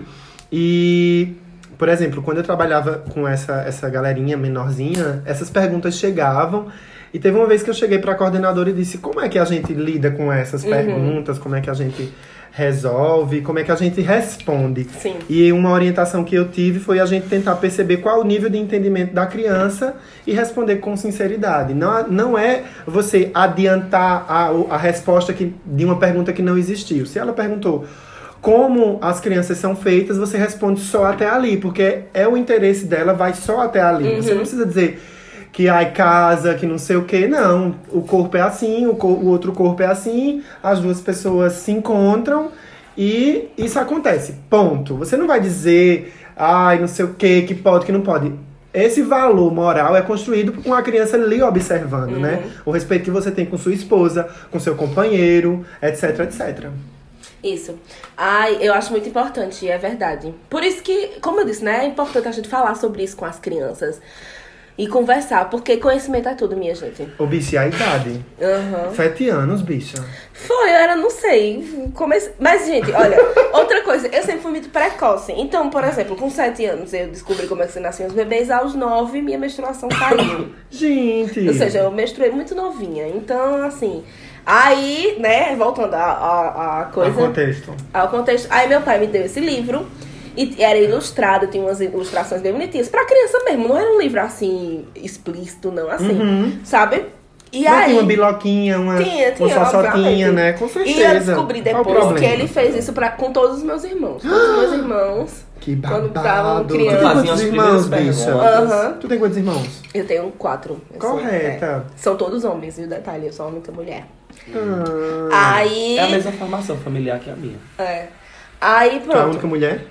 A: E, por exemplo, quando eu trabalhava com essa, essa galerinha menorzinha, essas perguntas chegavam. E teve uma vez que eu cheguei pra coordenadora e disse: como é que a gente lida com essas
B: Uhum.
A: perguntas? Como é que a gente resolve? Como é que a gente responde?
B: Sim.
A: E uma orientação que eu tive foi a gente tentar perceber qual o nível de entendimento da criança e responder com sinceridade. Não, não é você adiantar a, a resposta que, de uma pergunta que não existiu. Se ela perguntou como as crianças são feitas, você responde só até ali, porque é o interesse dela, vai só até ali. Você não precisa dizer que ai casa, que não sei o que, não. O corpo é assim, o, co- o outro corpo é assim, as duas pessoas se encontram e isso acontece. Ponto. Você não vai dizer ai não sei o que, que pode, que não pode. Esse valor moral é construído com a criança ali observando, né?
B: Uhum.
A: O respeito que você tem com sua esposa, com seu companheiro, etc, etc.
B: Isso. Ai, eu acho muito importante, é verdade. Por isso que, como eu disse, né, é importante a gente falar sobre isso com as crianças e conversar, porque conhecimento é tudo, minha gente.
A: Ô, bicho, e a idade?
B: Aham.
A: Sete anos, bicha.
B: Foi, eu era, não sei. Comece... Mas, gente, olha, outra coisa, eu sempre fui muito precoce. Então, por exemplo, com sete anos eu descobri como é que se nasciam os bebês, aos nove minha menstruação caiu.
A: Gente.
B: Ou seja, é eu menstruei muito novinha. Então, assim. Aí, né, voltando à- à à
A: Ao
B: coisa.
A: contexto.
B: ao contexto. Aí meu pai me deu esse livro e era ilustrado, tinha umas ilustrações bem bonitinhas. Pra criança mesmo, não era um livro assim, explícito, não, assim, sabe? E
A: Uhum. Não
B: aí.
A: tinha uma biloquinha, uma,
B: Tinha, tinha,
A: uma
B: obviamente.
A: sossotinha, né? Com certeza.
B: E eu descobri
A: Qual o
B: depois que
A: problema?
B: ele fez isso pra, com todos os meus irmãos.
A: [gasps]
B: Todos os meus irmãos.
A: Que
B: quando
A: babado.
B: estavam
A: tu tem
B: criança.
C: Faziam
A: quantos
C: as
A: irmãos,
C: primeiras
A: bicha?
C: perguntas.
B: Aham.
A: Tu tem quantos irmãos?
B: Eu tenho quatro. Eu sou-
A: Correta.
B: é, são todos homens, e o detalhe, eu sou a única mulher.
A: Ah,
B: Aí.
C: É a mesma formação familiar que a minha.
B: é. Aí
A: tu é a
B: pronto.
A: única mulher?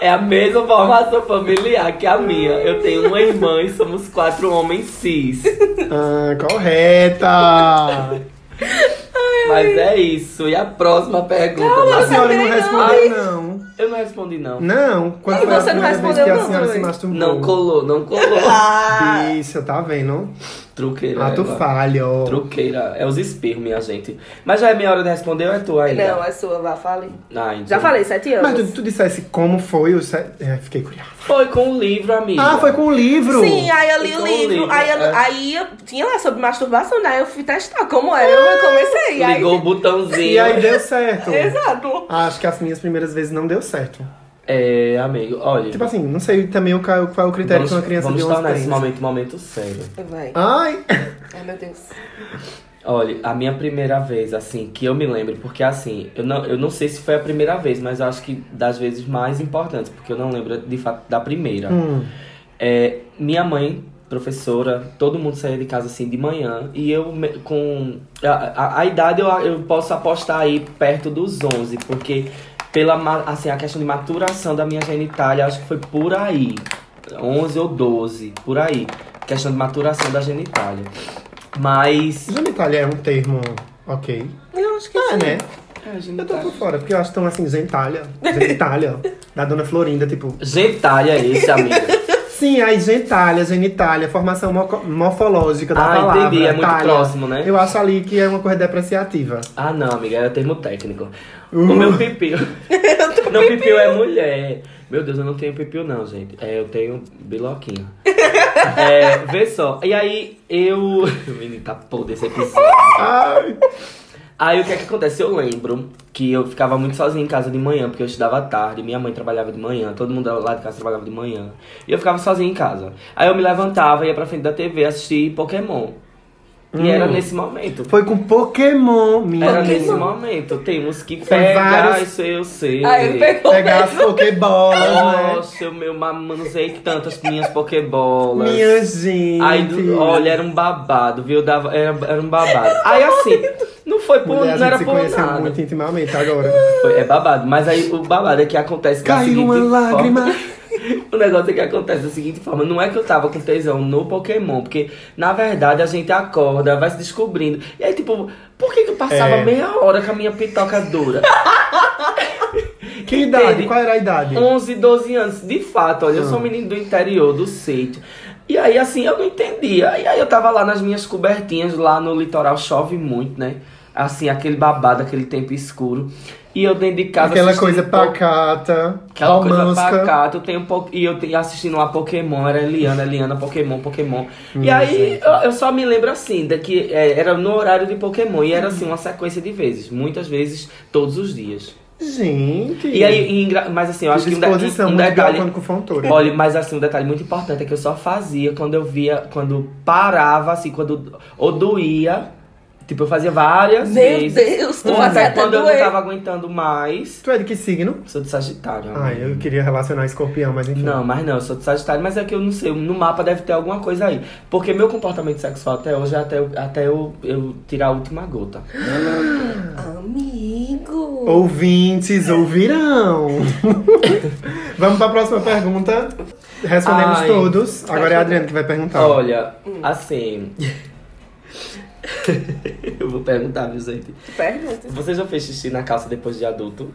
C: É a mesma formação familiar que a minha. Eu tenho uma irmã e somos quatro homens cis.
A: Ah,
B: [laughs]
A: correta!
C: Mas é isso. E a próxima pergunta?
A: a
C: Mas
A: senhora não
B: não.
A: respondeu, não.
C: Eu não respondi, não.
A: Não, quando
B: E
A: foi a
B: você não
A: primeira vez que
B: respondeu,
A: a
B: não,
A: senhora se
B: Luiz?
A: masturbou?
C: Não colou, não colou.
A: [laughs]
B: Ah,
A: Bicha, tá vendo? Ah,
C: Truqueira.
A: Ato
C: ela.
A: falho.
C: Truqueira. É os espirros, minha gente. Mas já é minha hora de responder ou é tua ainda?
B: não, é sua, vá, fale.
C: Ah, então.
B: Já falei, sete anos.
A: Mas tu, tu dissesse como foi o... se- É, fiquei curiosa.
C: Foi com o livro, amiga.
A: Ah, foi com o livro!
B: Sim, aí eu li
C: Então,
B: o livro,
C: livro,
B: aí, eu,
C: é.
B: aí eu tinha lá sobre masturbação, né? Eu fui testar como era, eu comecei. aí-
C: Ligou o botãozinho.
A: E aí deu certo.
B: Exato.
A: Acho que as minhas primeiras vezes não deu certo.
C: É, amigo, olha.
A: Tipo assim, não sei também o ca- qual é o critério
C: vamos
A: que uma criança
C: vamos
A: de 11
C: tornar esse
A: tem.
C: momento um momento sério.
B: Vai.
A: Ai! [laughs]
B: Ai, meu Deus.
C: Olha, a minha primeira vez, assim, que eu me lembro, porque assim, eu não, eu não sei se foi a primeira vez, mas eu acho que das vezes mais importantes, porque eu não lembro de fato da primeira.
A: Hum.
C: É, minha mãe professora, todo mundo saía de casa assim de manhã. E eu, me- com a, a- a idade, eu, eu posso apostar aí perto dos 11, porque pela ma- assim, a questão de maturação da minha genitália, acho que foi por aí. 11 ou 12, por aí. Questão de maturação da genitália. Mas.
A: Genitália é um termo ok.
B: Eu acho que
A: É,
B: sim.
A: né?
C: É,
A: Eu tô por fora, porque eu acho tão assim, gentalha.
B: [laughs]
A: Gentalha. da dona Florinda, tipo.
C: Gentalha é esse, amiga.
A: Sim, aí gentalha, genitália, formação moco- morfológica da
C: Ah,
A: palavra.
C: entendi, é muito
A: talha.
C: próximo, né?
A: Eu acho ali que é uma coisa depreciativa.
C: Ah, não, amiga, é termo técnico.
A: Uh.
C: O meu pipiu. meu pipiu. é mulher. Meu Deus, eu não tenho pipiu, não, gente. É, eu tenho biloquinho. é, vê só. E aí, eu. [laughs] Menino, tá podre esse episódio.
A: Ai,
C: Aí o que é que acontece? Eu lembro que eu ficava muito sozinha em casa de manhã, porque eu estudava à tarde, minha mãe trabalhava de manhã, todo mundo lá de casa trabalhava de manhã. E eu ficava sozinha em casa. Aí eu me levantava, ia pra frente da TV assistir Pokémon. E era nesse momento.
A: foi com Pokémon, minha
C: Era
A: amiga.
C: nesse momento. Temos que
A: Foi
C: pegar
A: vários- Ah,
C: isso, eu sei.
B: Aí ele pegou
A: Pegar as Pokébolas, né?
C: Nossa, eu meu mamanusei tantas minhas pokebolas.
A: Minha gente.
C: Aí, do- olha, era um babado, viu? Eu Dava, era, era um babado. Aí assim, não foi por,
A: Mulher, a
C: não
A: gente
C: era
A: se
C: por
A: conheceu
C: nada.
A: muito intimamente agora.
C: Foi- é babado, mas aí o babado é que acontece da
A: Caiu
C: seguinte
A: uma lágrima.
C: forma. [laughs] O negócio é que acontece da seguinte forma, não é que eu tava com tesão no Pokémon, porque na verdade a gente acorda, vai se descobrindo. E aí, tipo, por que, que eu passava
A: É.
C: meia hora com a minha pitoca dura?
A: [laughs] Que idade?
C: Entende?
A: Qual era a idade? Ah.
C: 11, 12 anos. De fato, olha, eu sou um menino do interior, do sítio. E aí, assim, eu não entendia. E aí eu tava lá nas minhas cobertinhas, lá no litoral chove muito, né? Assim, aquele babado, aquele tempo escuro. E eu dentro de casa.
A: Aquela
C: assistindo
A: coisa
C: po-
A: pacata,
C: Aquela coisa
A: romântica.
C: pacata, eu tenho um po- e eu tenho assistindo lá Pokémon, era Eliana, Eliana, Pokémon, Pokémon. e aí eu, eu só me lembro assim, de que é, era no horário de Pokémon, e era assim, uma sequência de vezes, muitas vezes, todos os dias.
A: Gente.
C: E aí, e engra- mas assim, eu acho que um, de-
A: disposição
C: um
A: muito
C: detalhe.
A: galvânico fontura.
C: Olha, mas assim, um detalhe muito importante é que eu só fazia quando eu via, quando parava, assim, quando. Ou doía. Tipo, eu fazia várias
B: Meu
C: vezes.
B: Deus, tu
C: Ou
B: fazia até
C: quando eu não
B: doer.
C: tava aguentando mais.
A: Tu é de que signo?
C: Sou de Sagitário. amor.
A: Ai, eu queria relacionar escorpião, mas enfim.
C: Não, mas não, eu sou de Sagitário, mas é que eu não sei, no mapa deve ter alguma coisa aí. Porque meu comportamento sexual até hoje é até, eu- até eu, eu tirar a última gota.
B: Amigo.
A: Ouvintes ouvirão. [laughs] Vamos pra próxima pergunta. Respondemos
C: Ai.
A: todos. Agora é a Adriana que vai perguntar.
C: Olha, assim. [laughs] eu vou perguntar, viu, gente?
B: Pergunta.
C: Você já fez xixi na calça depois de adulto?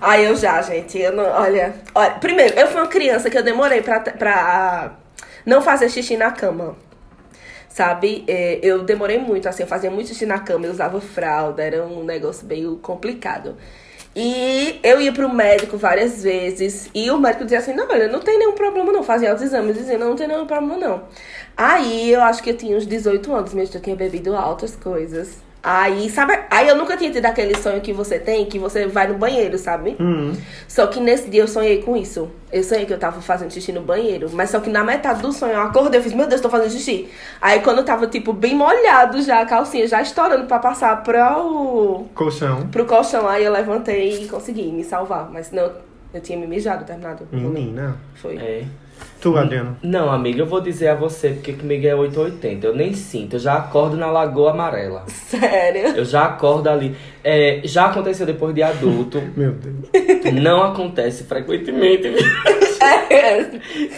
B: Ai, eu já, gente. Eu não, olha, olha, primeiro, eu fui uma criança que eu demorei pra, pra não fazer xixi na cama. Sabe? É, eu demorei muito, assim, eu fazia muito xixi na cama, eu usava fralda, era um negócio meio complicado. E eu ia pro médico várias vezes, e o médico dizia assim, não, olha, não tem nenhum problema não, fazia os exames, dizendo, não tem nenhum problema não. Aí, eu acho que eu tinha uns 18 anos, mesmo que eu tinha bebido altas coisas. Aí, sabe, aí eu nunca tinha tido aquele sonho que você tem, que você vai no banheiro, sabe? Só que nesse dia eu sonhei com isso. Eu sonhei que eu tava fazendo xixi no banheiro. Mas só que na metade do sonho eu acordei e fiz, meu Deus, tô fazendo xixi. Aí quando eu tava, tipo, bem molhado já, a calcinha já estourando pra passar pro,
A: Colchão.
B: pro colchão, aí eu levantei e consegui me salvar. Mas senão eu tinha me mijado, terminado.
C: Hum.
A: Hum. Menina.
B: Foi.
C: É.
A: Tu, Adriana.
C: Não, amiga, eu vou dizer a você porque comigo é 880. Eu nem sinto, eu já acordo na Lagoa Amarela.
B: Sério. [laughs]
C: Eu já acordo ali. É, já aconteceu depois de [laughs] adulto.
A: Meu Deus.
C: não acontece frequentemente.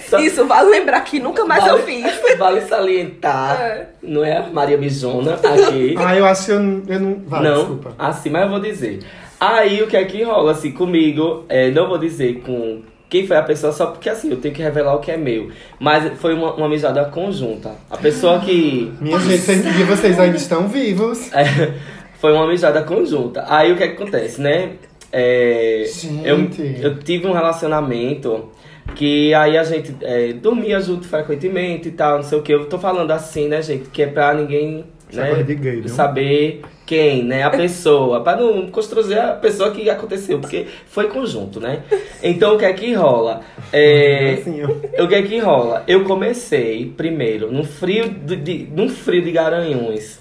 C: Só-
B: É. Isso, vale lembrar que nunca mais eu fiz.
C: [laughs] Vale salientar.
B: É.
C: Não é a Maria Mijona aqui.
A: [laughs] Ah, eu acho que eu, n- eu não. Vai,
C: não,
A: desculpa.
C: assim, mas eu vou dizer. Aí o que é que rola assim comigo? é, não vou dizer com quem foi a pessoa, só porque assim, eu tenho que revelar o que é meu. Mas foi uma, uma mijada conjunta. A pessoa que.
A: Minha gente, vocês, e vocês ainda estão vivos.
C: É, foi uma mijada conjunta. Aí o que, é que acontece, né? É,
A: Gente.
C: Eu, eu tive um relacionamento que aí a gente é, dormia junto frequentemente e tal, não sei o que. Eu tô falando assim, né, gente? Que é pra ninguém
A: Essa
C: né,
A: é coisa de gay, viu?
C: saber quem, né? A pessoa. pra não constranger a pessoa que aconteceu, porque foi conjunto, né? Então o que é que rola? É,
A: Assim, ó.
C: o que é que rola? Eu comecei primeiro num frio de, de- num frio de Garanhuns.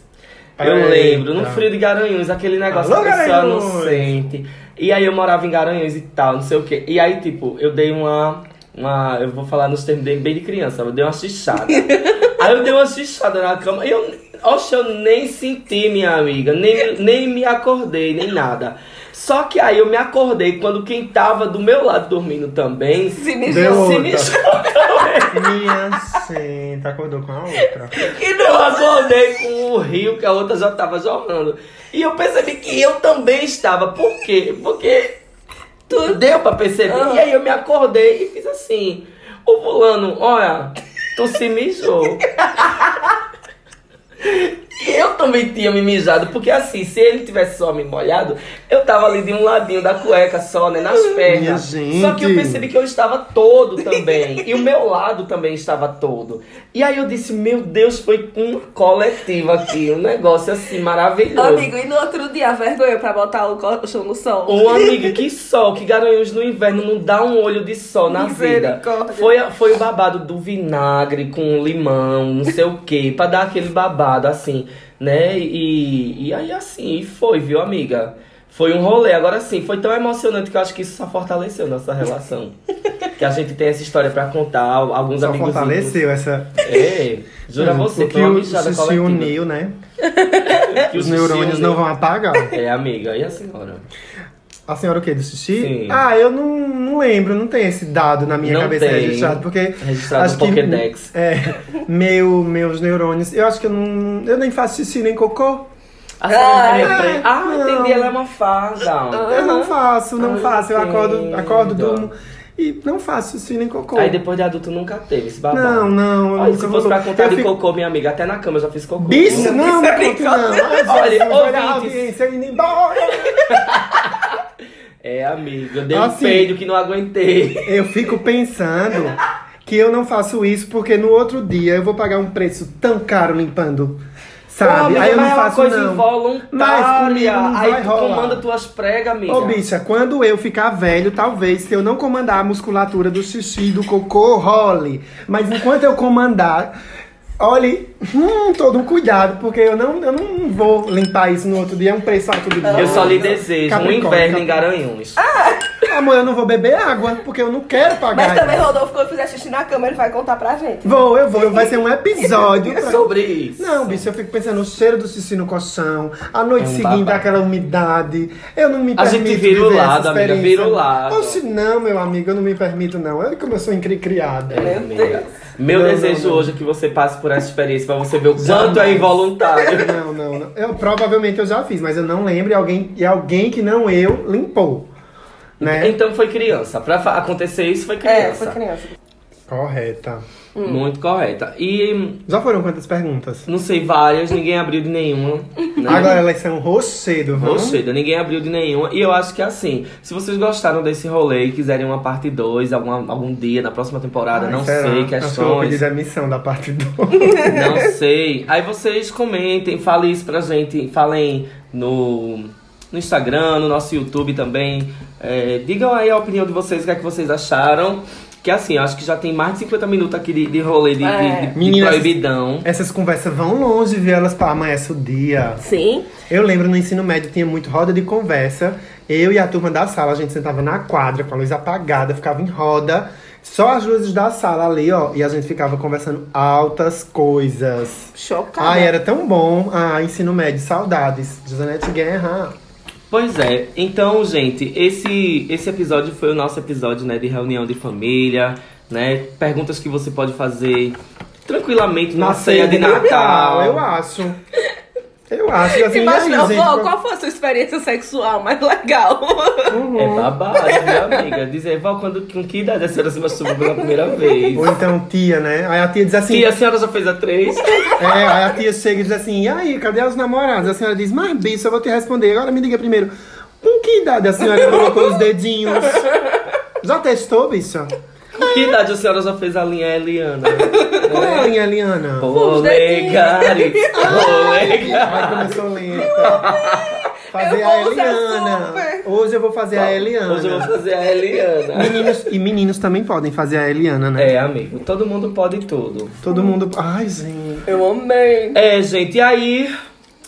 C: Eu
A: Eita.
C: lembro, num frio de Garanhuns, aquele negócio
A: Alô,
C: que a pessoa não
A: Garanhuns!
C: sente. E aí eu morava em Garanhuns e tal, não sei o quê. E aí, tipo, eu dei uma uma. Eu vou falar nos termos bem, bem de criança, eu dei
A: [laughs]
C: uma xixada. Aí eu dei uma xixada na cama. E eu, oxe, eu nem senti, minha amiga. Nem, nem me acordei, nem nada. Só que aí eu me acordei quando quem tava do meu lado dormindo também
B: Se
A: Deu
B: mijou.
C: se
A: outra.
C: mexeu.
A: Minha senta, acordou com a outra.
C: E não acordei com o rio que a outra já tava jorrando. E eu percebi que eu também estava. Por quê? Porque tu deu pra perceber.
B: Ah.
C: E aí eu me acordei e fiz assim. O fulano, olha, tu se mijou. [laughs] E eu também tinha me mijado, porque assim, se ele tivesse só me molhado, eu tava ali de um ladinho da cueca só, né, nas pernas.
A: Minha
C: Só que eu
A: gente.
C: percebi que eu estava todo também, e o meu lado também estava todo. E aí eu disse, meu Deus, foi uma coletiva aqui, um negócio assim maravilhoso.
B: Amigo, e no outro dia, a vergonha pra botar o colchão no sol?
C: Ô, amiga, que sol, que Garanhuns no inverno não dá um olho de sol na vida.
B: Misericórdia.
C: Foi, a- foi o babado do vinagre com limão, não sei o quê, pra dar aquele babado assim, né? E, e aí assim, e foi, viu, amiga? Foi um rolê. Agora sim, foi tão emocionante que eu acho que isso só fortaleceu nossa relação. que a gente tem essa história pra contar, alguns
A: Só
C: amigos.
A: fortaleceu essa.
C: É, jura você,
A: o que
C: foi uma
A: o
C: bichada
A: se, se
C: coletiva.
A: uniu, né?
C: Que o
A: Os
C: se
A: neurônios
C: uniu.
A: não vão apagar.
C: É, amiga, e a senhora?
A: A senhora o quê? Do xixi?
C: Sim.
A: Ah, eu não, não lembro, não tem esse dado na minha
C: Não
A: cabeça
C: tem.
A: registrado, porque.
C: Registrado
A: acho
C: no Pokédex.
A: Que, é, meu, meus neurônios. Eu acho que eu não. Eu nem faço xixi nem cocô.
C: A senhora
B: Ai,
C: é preta. Ah,
A: não.
C: entendi, ela é uma fada.
A: Eu não faço, não
C: Ai,
A: faço. Eu acordo,
C: entendo.
A: acordo, durmo. E não faço xixi nem cocô.
C: Aí depois de adulto nunca teve esse babado.
A: Não, não. eu
C: Olha,
A: nunca
C: se
A: vou-
C: fosse pra contar
A: eu
C: de
A: fico-
C: cocô, minha amiga, até na cama eu já fiz cocô.
A: Bicho, não, não, conto, não. Ai,
C: é Olha,
A: Jesus, olha a
C: ouvintes.
A: audiência indo embora.
C: É, amiga, eu dei
A: Assim.
C: um peido que não aguentei.
A: Eu fico pensando que eu não faço isso porque no outro dia eu vou pagar um preço tão caro limpando.
C: Ô,
A: Sabe?
C: amiga,
A: Aí eu não
C: mas
A: faço
C: é uma coisa
A: não. Mas comigo
C: involuntária.
A: não vai
C: Aí tu
A: rolar.
C: comanda tuas pregas, amiga.
A: Ô, bicha, quando eu ficar velho, talvez, se eu não comandar a musculatura do xixi, do cocô, role. Mas enquanto eu comandar, olhe, hum, todo um cuidado, porque eu não, eu não vou limpar isso no outro dia, é um preço alto de
C: Eu só lhe desejo um
A: Capricórnio,
C: inverno em
A: Capricórnio. Ah,
C: Garanhuns.
A: Amor, eu não vou beber água, porque eu não quero pagar.
B: Mas também
A: isso.
B: Rodolfo, quando fizer xixi na cama, ele vai contar pra gente.
A: Vou, eu vou, vai ser um
B: [laughs]
A: episódio. pra-
C: Sobre isso.
A: Não, bicho, eu fico pensando no cheiro do xixi no colchão, a noite
C: É um
A: seguinte,
C: babado.
A: aquela umidade. Eu não me
C: A
A: permito
C: gente vira o
A: viver essa
C: lado, amiga,
A: experiência.
C: vira o lado.
A: Oxe, não, meu amigo, eu não me permito, não. Olha como eu sou incriada.
C: É,
B: Meu
C: amiga.
B: Deus.
C: Meu
A: Não,
C: desejo
A: não, não.
C: hoje é que você passe por essa experiência pra você ver o quanto é
A: Jamais. [laughs]
C: involuntário.
A: Não, não, não. Eu, provavelmente eu já fiz, mas eu não lembro e alguém, e alguém que não eu limpou. Né?
C: Então foi criança. Pra fa- acontecer isso foi
B: É,
C: criança.
B: foi criança.
A: Correta.
C: Muito correta. E
A: Já foram quantas perguntas?
C: não sei, várias, ninguém abriu de nenhuma. Né?
A: Agora elas são rocedo, vão?
C: Ou seja, ninguém abriu de nenhuma. E eu acho que é assim, se vocês gostaram desse rolê e quiserem uma parte 2 algum, algum dia, na próxima temporada,
A: Ai,
C: não
A: Ah, será?
C: sei,
A: Acho que eu vou
C: questões.
A: pedir a missão da parte 2.
C: Não sei. Aí vocês comentem, falem isso pra gente. Falem no, no Instagram, no nosso YouTube também. É, digam aí a opinião de vocês, o que é que vocês acharam. Que assim, eu acho que já tem mais de 50 minutos aqui de, de rolê de, de-
B: É.
C: de- de
A: Meninas-
C: proibidão.
A: [laughs] Essas conversas vão longe, viu? Elas para amanhece o dia.
B: Sim.
A: Eu lembro no ensino médio tinha muito roda de conversa. Eu e a turma da sala, a gente sentava na quadra com a luz apagada, ficava em roda, só as luzes da sala ali, ó, e a gente ficava conversando altas coisas.
B: Chocada.
A: Ai, era tão bom. Ah, ensino médio, saudades. Josanete Guerra.
C: Pois é, então, gente, esse, esse episódio foi o nosso episódio, né, de reunião de família, né? Perguntas que você pode fazer tranquilamente na ceia de Natal.
A: Eu acho. Eu acho. Assim,
B: Imagina,
A: e aí,
B: vó,
A: gente,
B: qual foi a sua experiência sexual mais legal?
A: Uhum.
C: É babado, minha amiga. Dizer, Val, quando, com que idade a senhora se masturbou pela primeira vez?
A: Ou então tia, né? Aí a tia diz assim.
C: Sim, a senhora já fez a três?
A: É, aí a tia chega e diz assim: e aí, cadê os namorados? A senhora diz: mas bicho, eu vou te responder. Agora me diga primeiro: com que idade a senhora colocou os dedinhos? Já testou, bicho?
C: Com que idade a senhora já fez a linha Eliana?
A: Qual é a linha, Liana?
C: Polegari, polegari.
A: Ai, começou lenta. Fazer
B: Eu
A: a
B: vou usar
A: Eliana.
B: super.
A: Hoje eu vou fazer a Eliana.
C: Tá. Hoje eu vou fazer a Eliana.
A: Meninos e meninos também podem fazer a Eliana, né?
C: É, amigo, todo mundo pode tudo.
A: Todo mundo. Ai, gente.
B: [laughs] Eu amei.
C: É, gente, e aí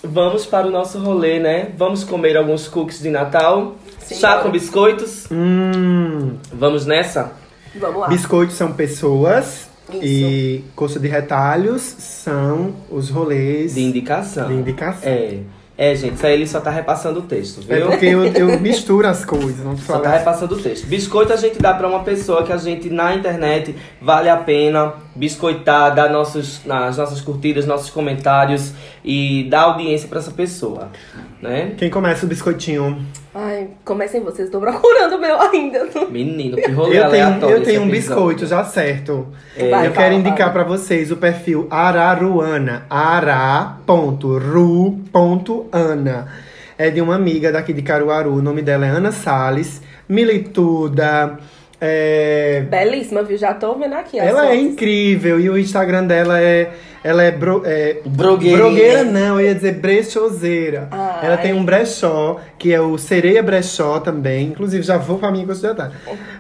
C: vamos para o nosso rolê, né? Vamos comer alguns cookies de Natal, chá com biscoitos.
A: Hum.
C: Vamos nessa?
B: Vamos lá.
A: Biscoitos são pessoas.
B: Isso.
A: E curso de retalhos são os rolês.
C: De indicação.
A: De indicação.
C: É. É, gente, isso aí ele só tá repassando o texto,
A: É
C: viu?
A: porque eu, eu misturo as coisas, não
C: Só
A: falo.
C: tá repassando o texto. Biscoito a gente dá pra uma pessoa que a gente na internet vale a pena biscoitar, dar nossos, nas nossas curtidas, nossos comentários e dar audiência pra essa pessoa, né?
A: Quem começa o biscoitinho?
B: Ai, comecem vocês, tô procurando o meu ainda.
C: Menino, que rolê
A: eu tenho,
C: aleatório
A: eu tenho
C: esse
A: um
C: episódio.
A: biscoito já certo.
B: É.
A: eu
B: Vai,
A: quero
B: fala,
A: indicar
B: fala.
A: pra vocês o perfil araruana, ara.ru.ana. É de uma amiga daqui de Caruaru, o nome dela é Ana Salles, milituda, é,
B: Belíssima, viu? Já tô vendo aqui. as
A: Ela é
B: fotos.
A: incrível e o Instagram dela é. Ela é. Bro, é
C: Brogueirinha.
A: brogueira não, eu ia dizer brechoseira.
B: Ai.
A: Ela tem um brechó, que é o Sereia Brechó também. Inclusive, já vou pra minha consideração.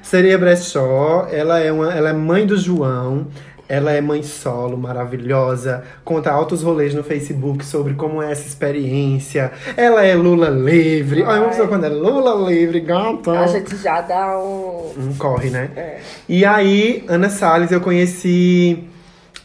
A: Sereia Brechó, ela é, uma, ela é mãe do João. Ela é mãe solo, maravilhosa. Conta altos rolês no Facebook sobre como é essa experiência. Ela é Lula livre. Olha, uma
B: Ai.
A: pessoa quando é Lula livre, gata.
B: A gente já dá um.
A: Não corre, né?
B: É.
A: E aí, Ana Salles, eu conheci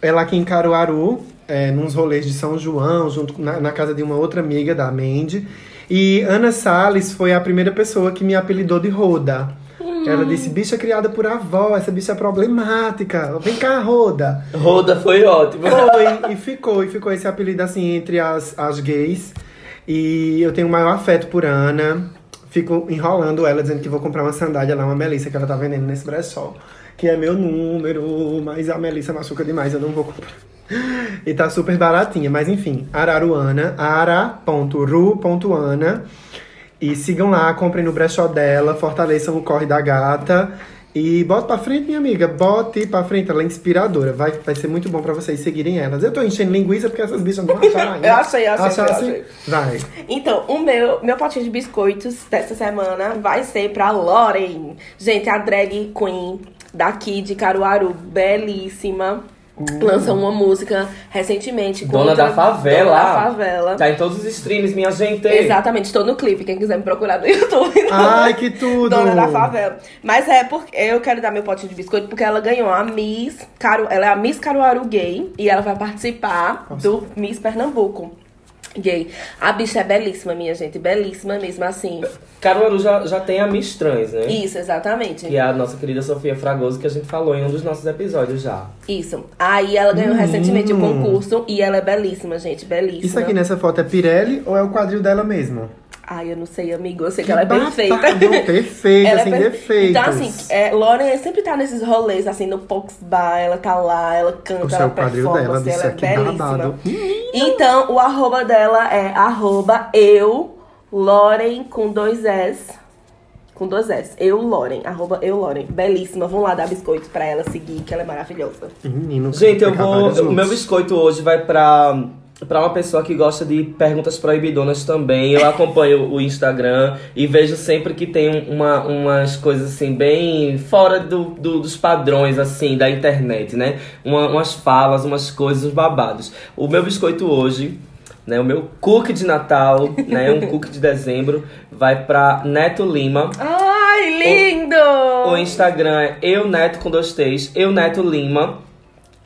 A: ela aqui em Caruaru, é, nos rolês de São João, junto com- na, na casa de uma outra amiga da Mandy. E Ana Salles foi a primeira pessoa que me apelidou de Roda. Ela disse, bicha criada por avó, essa bicha é problemática. Vem cá, Roda.
C: Roda foi ótimo.
A: Foi, e ficou, e ficou esse apelido assim entre as, as gays. E eu tenho o maior afeto por Ana. Fico enrolando ela, dizendo que vou comprar uma sandália lá, uma Melissa, que ela tá vendendo nesse brechó. Que é meu número, mas a Melissa machuca demais, eu não vou comprar. E tá super baratinha, mas enfim, Araruana, ara.ru.ana. E sigam lá, comprem no brechó dela, fortaleçam o corre da gata. E bota pra frente, minha amiga. Bote pra frente, ela é inspiradora. Vai, vai ser muito bom pra vocês seguirem elas. Eu tô enchendo linguiça porque essas bichas não acharam
B: [laughs]
A: ainda.
B: Eu achei, achei,
A: Achasse?
B: achei.
A: Vai.
B: Então, o meu, meu potinho de biscoitos dessa semana vai ser pra Lauren. Gente, a drag queen daqui de Caruaru, belíssima. Lançou uma música recentemente. com
C: Hum. Dona
B: outra-
C: da favela.
B: é Dona da favela.
C: Tá em todos os streams, minha gente.
B: Exatamente, tô no clipe, quem quiser me procurar no [laughs] YouTube.
A: Ai, que tudo!
B: Dona da favela. Mas é porque eu quero dar meu potinho de biscoito porque ela ganhou a Miss Caru, ela é a Miss Caruaru gay e ela vai participar do Miss Pernambuco gay. A bicha é belíssima, minha gente, belíssima mesmo assim.
C: Caruaru já, já tem a Miss Trans, né?
B: Isso, exatamente.
C: Que é a nossa querida Sofia Fragoso, que a gente falou em um dos nossos episódios já.
B: Isso. Aí ela ganhou
A: Menino.
B: recentemente o concurso e ela é belíssima, gente, belíssima.
A: Hum. Isso aqui nessa foto é Pirelli ou é o quadril dela mesmo?
B: Ai, eu não sei, amigo, eu sei que,
A: Que
B: [laughs] ela é
A: babado,
B: perfeita.
A: perfeita,
B: Ela é
A: sem
B: perfe-
A: defeitos.
B: Então, assim, é, Lauren sempre tá nesses rolês, assim, no Pox Bar, ela tá lá, ela canta,
A: Poxa, é
B: ela
A: o quadril
B: performa,
A: dela,
B: assim,
A: bicho,
B: ela é
A: aqui
B: belíssima.
A: babado.
B: Então, o arroba dela é arroba eu, Lauren, com dois S. Com dois S. Eu, Lauren. Arroba eu, Lauren. Belíssima. Vão lá dar biscoitos pra ela seguir, que ela é maravilhosa.
A: Hum, Menino,
C: Gente, eu
A: vai
C: vou.
A: acabar as
C: O meu
A: luzes.
C: biscoito hoje vai pra. Pra uma pessoa que gosta de perguntas proibidonas também, eu acompanho o Instagram e vejo sempre que tem um, uma, umas coisas assim, bem fora do, do- dos padrões, assim, da internet, né? Uma- umas falas, umas coisas, uns babados. O meu biscoito hoje, né? O meu cookie de Natal, né? Um cookie de dezembro, vai pra Neto Lima.
B: Ai, lindo!
C: O Instagram é eu neto com dois T's, eu neto Lima.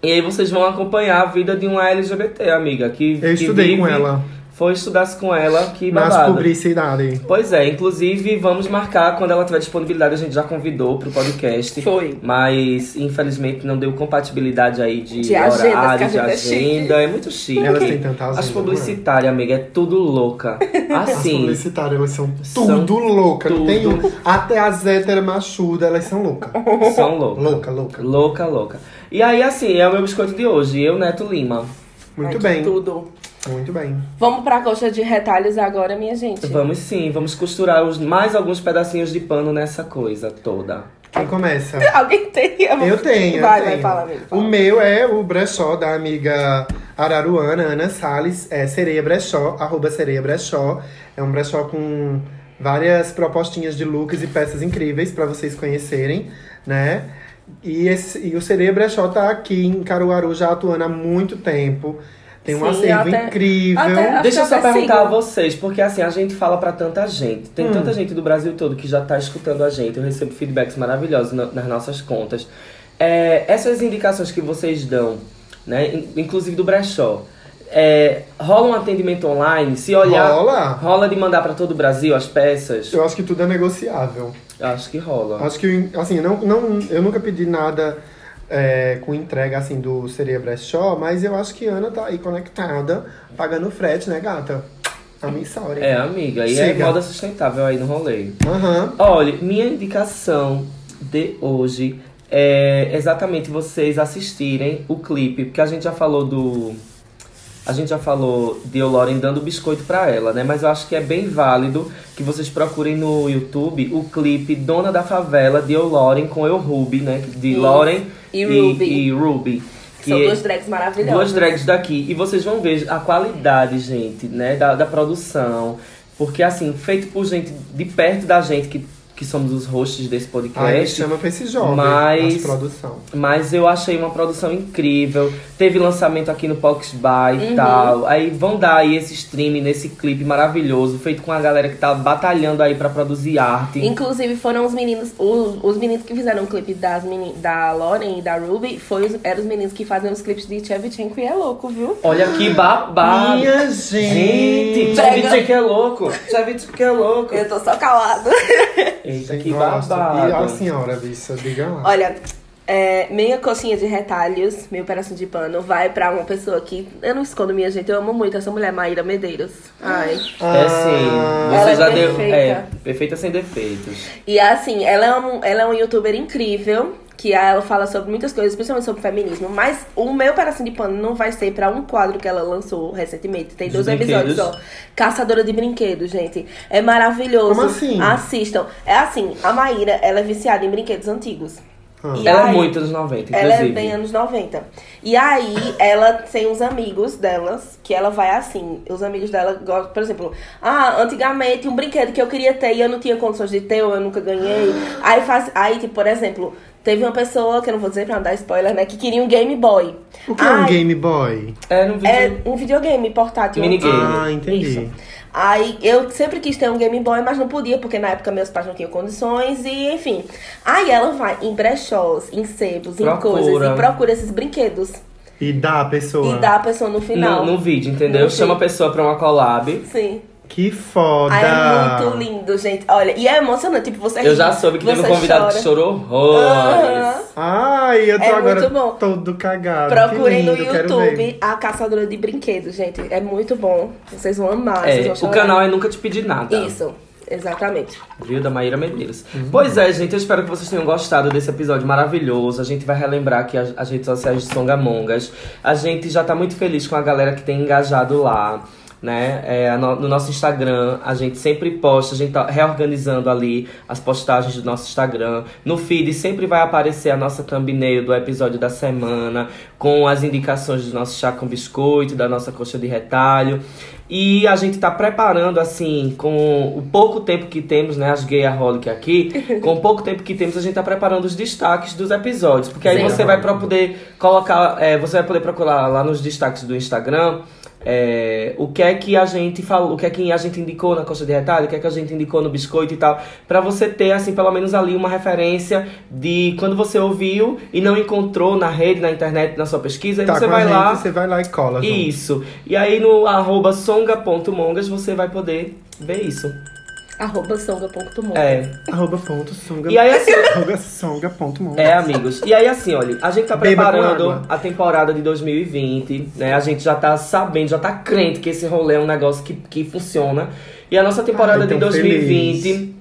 C: E aí vocês vão acompanhar a vida de uma LGBT, amiga, que
A: Eu
C: que
A: estudei
C: vive-
A: com ela.
C: Foi estudar com ela, que
A: Nas
C: é babado.
A: publicidade.
C: Pois é, inclusive vamos marcar quando ela tiver disponibilidade, a gente já convidou pro podcast.
B: Foi.
C: Mas infelizmente não deu compatibilidade aí de,
B: De agendas, que a
C: horário, de
B: agenda é chique.
C: agenda. É muito chique.
A: Elas têm tanta agenda,
C: As
A: não é?
C: publicitárias, amiga, é tudo louca.
A: [laughs] As
C: Assim.
A: publicitárias, elas são
C: São
A: tudo louca.
C: tudo.
A: Tem um, até as héteras machudas, elas são
B: [laughs]
A: loucas. [laughs]
C: São loucas.
A: Louca, louca.
C: Louca, louca. E aí, assim, é o meu biscoito de hoje. Eu, Neto Lima.
B: Ai,
A: Muito
B: que
A: bem,
B: Tudo.
A: muito bem.
B: Vamos pra coxa de retalhos agora, minha gente.
C: Vamos sim, vamos costurar os, mais alguns pedacinhos de pano nessa coisa toda.
A: Quem começa?
B: [laughs] Alguém tem?
A: Eu tenho,
B: Vai,
A: eu
B: vai,
A: tenho.
B: fala, amigo.
A: O
B: fala.
A: meu é o brechó da amiga araruana, Ana Salles, é sereia brechó, arroba sereia brechó. É um brechó com várias propostinhas de looks e peças incríveis pra vocês conhecerem, né? E, esse- e o Sereia Brechó tá aqui em Caruaru já atuando há muito tempo. Tem um
B: Sim,
A: acervo
B: até-
A: incrível.
B: até- Acho
C: Deixa eu
B: que
C: só
B: até
C: perguntar a
B: sigla. Hum.
C: vocês, porque assim, a gente fala pra tanta gente. Tem tanta gente do Brasil todo que já tá escutando a gente. Eu recebo feedbacks maravilhosos na- nas nossas contas. É, essas indicações que vocês dão, né? in- Inclusive do brechó. é, rola um atendimento online? Se olhar.
A: Rola.
C: Rola de mandar pra todo o Brasil as peças?
A: Eu acho que tudo é negociável.
C: Acho que rola.
A: Acho que, assim, não, não, eu nunca pedi nada é, com entrega, assim, do Sereia Brechó, mas eu acho que Ana tá aí conectada, pagando frete, né, gata? A mim, sorry.
C: É, amiga. E é
A: Siga.
C: moda sustentável aí no rolê.
A: Aham.
C: Olha, minha indicação de hoje é exatamente vocês assistirem o clipe, porque a gente já falou do. A gente já falou de Lauren dando biscoito pra ela, né? Mas eu acho que é bem válido que vocês procurem no YouTube o clipe Dona da Favela de Lauren com Eu Ruby, né? De Lauren
B: e Ruby.
C: e Ruby.
B: São
C: que-
B: duas drags maravilhosas.
C: Duas drags daqui. E vocês vão ver a qualidade, gente, né? Da, da produção. Porque, assim, feito por gente de perto da gente, que, que somos os hosts desse
A: Aí
C: podcast.
A: chama pra esse jovem,
C: mas-
A: as produção.
C: Mas eu achei uma produção incrível. Teve lançamento aqui no Pox By e tal. Aí vão dar aí esse stream nesse clipe maravilhoso, feito com a galera que tá batalhando aí pra produzir arte.
B: Inclusive foram os meninos, os, os meninos que fizeram o clipe das meni, da Lauren e da Ruby, foi os, eram os meninos que fazem os clipes de Chevchenko e é louco, viu?
C: Olha que babado!
A: Minha gente!
C: Gente, Tchavitch que é louco! Tchavitch que é louco!
B: Eu tô só calada.
C: Eita,
A: Gente,
C: que
A: nossa.
C: babado!
A: E assim, a senhora, bicha, diga lá.
B: [laughs] Olha, é, minha coxinha de retalhos, meu pedaço de pano, vai pra uma pessoa que. Eu não escondo minha gente, eu amo muito essa mulher, Maíra Medeiros. Ai.
C: É sim.
B: Ela
C: Você
B: é
C: já deu.
B: perfeita.
C: É, perfeita sem defeitos.
B: E assim, ela é, um, ela é um youtuber incrível, que ela fala sobre muitas coisas, principalmente sobre feminismo. Mas o meu pedacinho de pano não vai ser pra um quadro que ela lançou recentemente. Tem
C: Dos
B: dois episódios, ó.
C: brinquedos.
B: Caçadora de brinquedos, gente. É maravilhoso.
A: Como assim?
B: Assistam. É assim, a Maíra, ela é viciada em brinquedos antigos.
A: Ah.
B: E
C: Ela é
B: aí-
C: muito dos 90,
B: ela é
C: inclusive.
B: bem anos 90. E aí, ela tem uns amigos delas, que ela vai assim. Os amigos dela gostam, por exemplo, ah, antigamente um brinquedo que eu queria ter e eu não tinha condições de ter, ou eu nunca ganhei.
A: Ah.
B: Aí faz. Aí, tipo, por exemplo, teve uma pessoa, que eu não vou dizer pra não dar spoiler, né, que queria um Game Boy.
A: O que é um
B: Ai,
A: Game Boy?
C: É no vídeo.
B: É um videogame portátil.
C: Minigame.
A: Ah, entendi.
B: Isso. Aí eu sempre quis ter um Game Boy, mas não podia, porque na época meus pais não tinham condições e enfim. Aí ela vai em brechós, em sebos,
C: Procura.
B: em coisas e procura esses brinquedos.
A: E dá a pessoa.
B: E dá a pessoa no
C: No,
B: final.
C: no vídeo, entendeu?
B: No
C: Chama a
B: vídeo.
C: pessoa pra uma collab.
B: Sim.
A: Que foda!
B: Aí é muito lindo, gente. Olha, e é emocionante, tipo, você
C: Eu
B: ri,
C: já soube que teve um
B: você
C: convidado
B: chora.
C: que chorou horrores.
B: Aham.
A: Ai, eu tô
B: É
A: agora
B: muito bom.
A: todo cagado. Que
B: Procurem no
A: lindo, quero ver.
B: YouTube a caçadora de brinquedos, gente. É muito bom. Vocês vão amar. vocês
C: É,
B: vão
C: o
B: chorar.
C: canal é Nunca Te Pedi Nada.
B: Ah, Isso, exatamente.
C: Viu? Da Maíra Medeiros. Pois é, gente, eu espero que vocês tenham gostado desse episódio maravilhoso. A gente vai relembrar aqui as, as redes sociais de Songamongas. A gente já tá muito feliz com a galera que tem engajado lá. Né? É, no, no nosso Instagram, a gente sempre posta, a gente tá reorganizando ali as postagens do nosso Instagram. No feed sempre vai aparecer a nossa thumbnail do episódio da semana, com as indicações do nosso chá com biscoito, da nossa coxa de retalho. E a gente tá preparando, assim, com o pouco tempo que temos, né? As gayaholic aqui, com o pouco tempo que temos, a gente tá preparando os destaques dos episódios. Porque aí
B: Sim.
C: você vai pra poder colocar. é, você vai poder procurar lá nos destaques do Instagram. é, o que é que a gente falou, o que é que a gente indicou na coxa de retalho, o que é que a gente indicou no biscoito e tal, Pra você ter assim pelo menos ali uma referência de quando você ouviu e não encontrou na rede, na internet, na sua pesquisa, aí
A: Tá
C: você
A: com
C: vai
A: a gente,
C: lá
A: você vai lá e cola junto.
C: isso. E aí no arroba songa.mongas você vai poder ver isso.
B: Arroba songa.mundo.
C: É.
A: Arroba ponto songa.
C: E aí assim.
A: Arroba songa ponto mundo.
C: É, amigos. E aí, assim, olha, a gente tá
A: Beba com
C: preparando
A: água.
C: a temporada de 2020, né? A gente já tá sabendo, já tá crente que esse rolê é um negócio que, que funciona. E a nossa temporada
A: Ai,
C: de
A: tão
C: 2020.
A: feliz. tá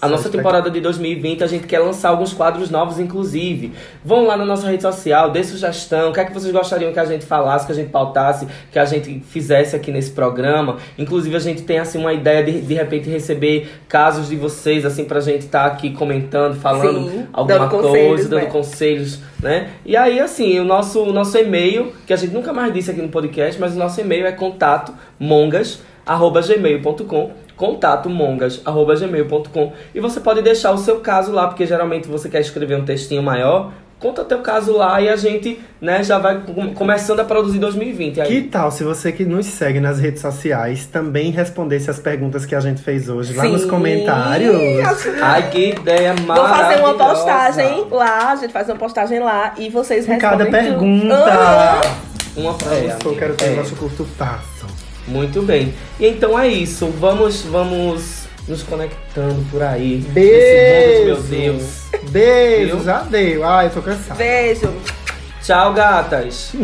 C: A nossa
A: Hashtag.
C: temporada de 2020, a gente quer lançar alguns quadros novos, inclusive. Vão lá na nossa rede social, dê sugestão, o que é que vocês gostariam que a gente falasse, que a gente pautasse, que a gente fizesse aqui nesse programa. Inclusive, a gente tem, assim, uma ideia de, de repente, receber casos de vocês, assim, pra gente estar aqui comentando, falando
B: Sim,
C: alguma
B: dando
C: coisa,
B: conselhos,
C: dando
B: né?
C: conselhos, né? E aí, assim, o nosso, o nosso e-mail, que a gente nunca mais disse aqui no podcast, mas o nosso e-mail é contato mongas@gmail.com contato mongas@gmail.com e você pode deixar o seu caso lá, porque geralmente você quer escrever um textinho maior, Conta teu caso lá e a gente, né, já vai com- começando a produzir 2020. Aí,
A: Que tal se você que nos segue nas redes sociais também respondesse as perguntas que a gente fez hoje lá nos
B: Sim,
A: comentários?
B: acho que-
C: Ai, que ideia
B: Vou
C: maravilhosa.
B: fazer uma postagem lá, a gente faz uma postagem lá e vocês
A: Com
B: respondem
A: cada
B: tudo.
A: pergunta.
C: Uma
A: Eu
C: é,
A: sou, quero ter
C: é.
A: um negócio curto passo.
C: Muito bem. E então é isso. Vamos, vamos nos conectando por aí. Nesse mundo, meu
A: Beijos.
C: Deus.
A: Beijo,
C: Viu?
A: já deu. Ai, eu tô cansada.
B: Beijo.
C: Tchau, gatas.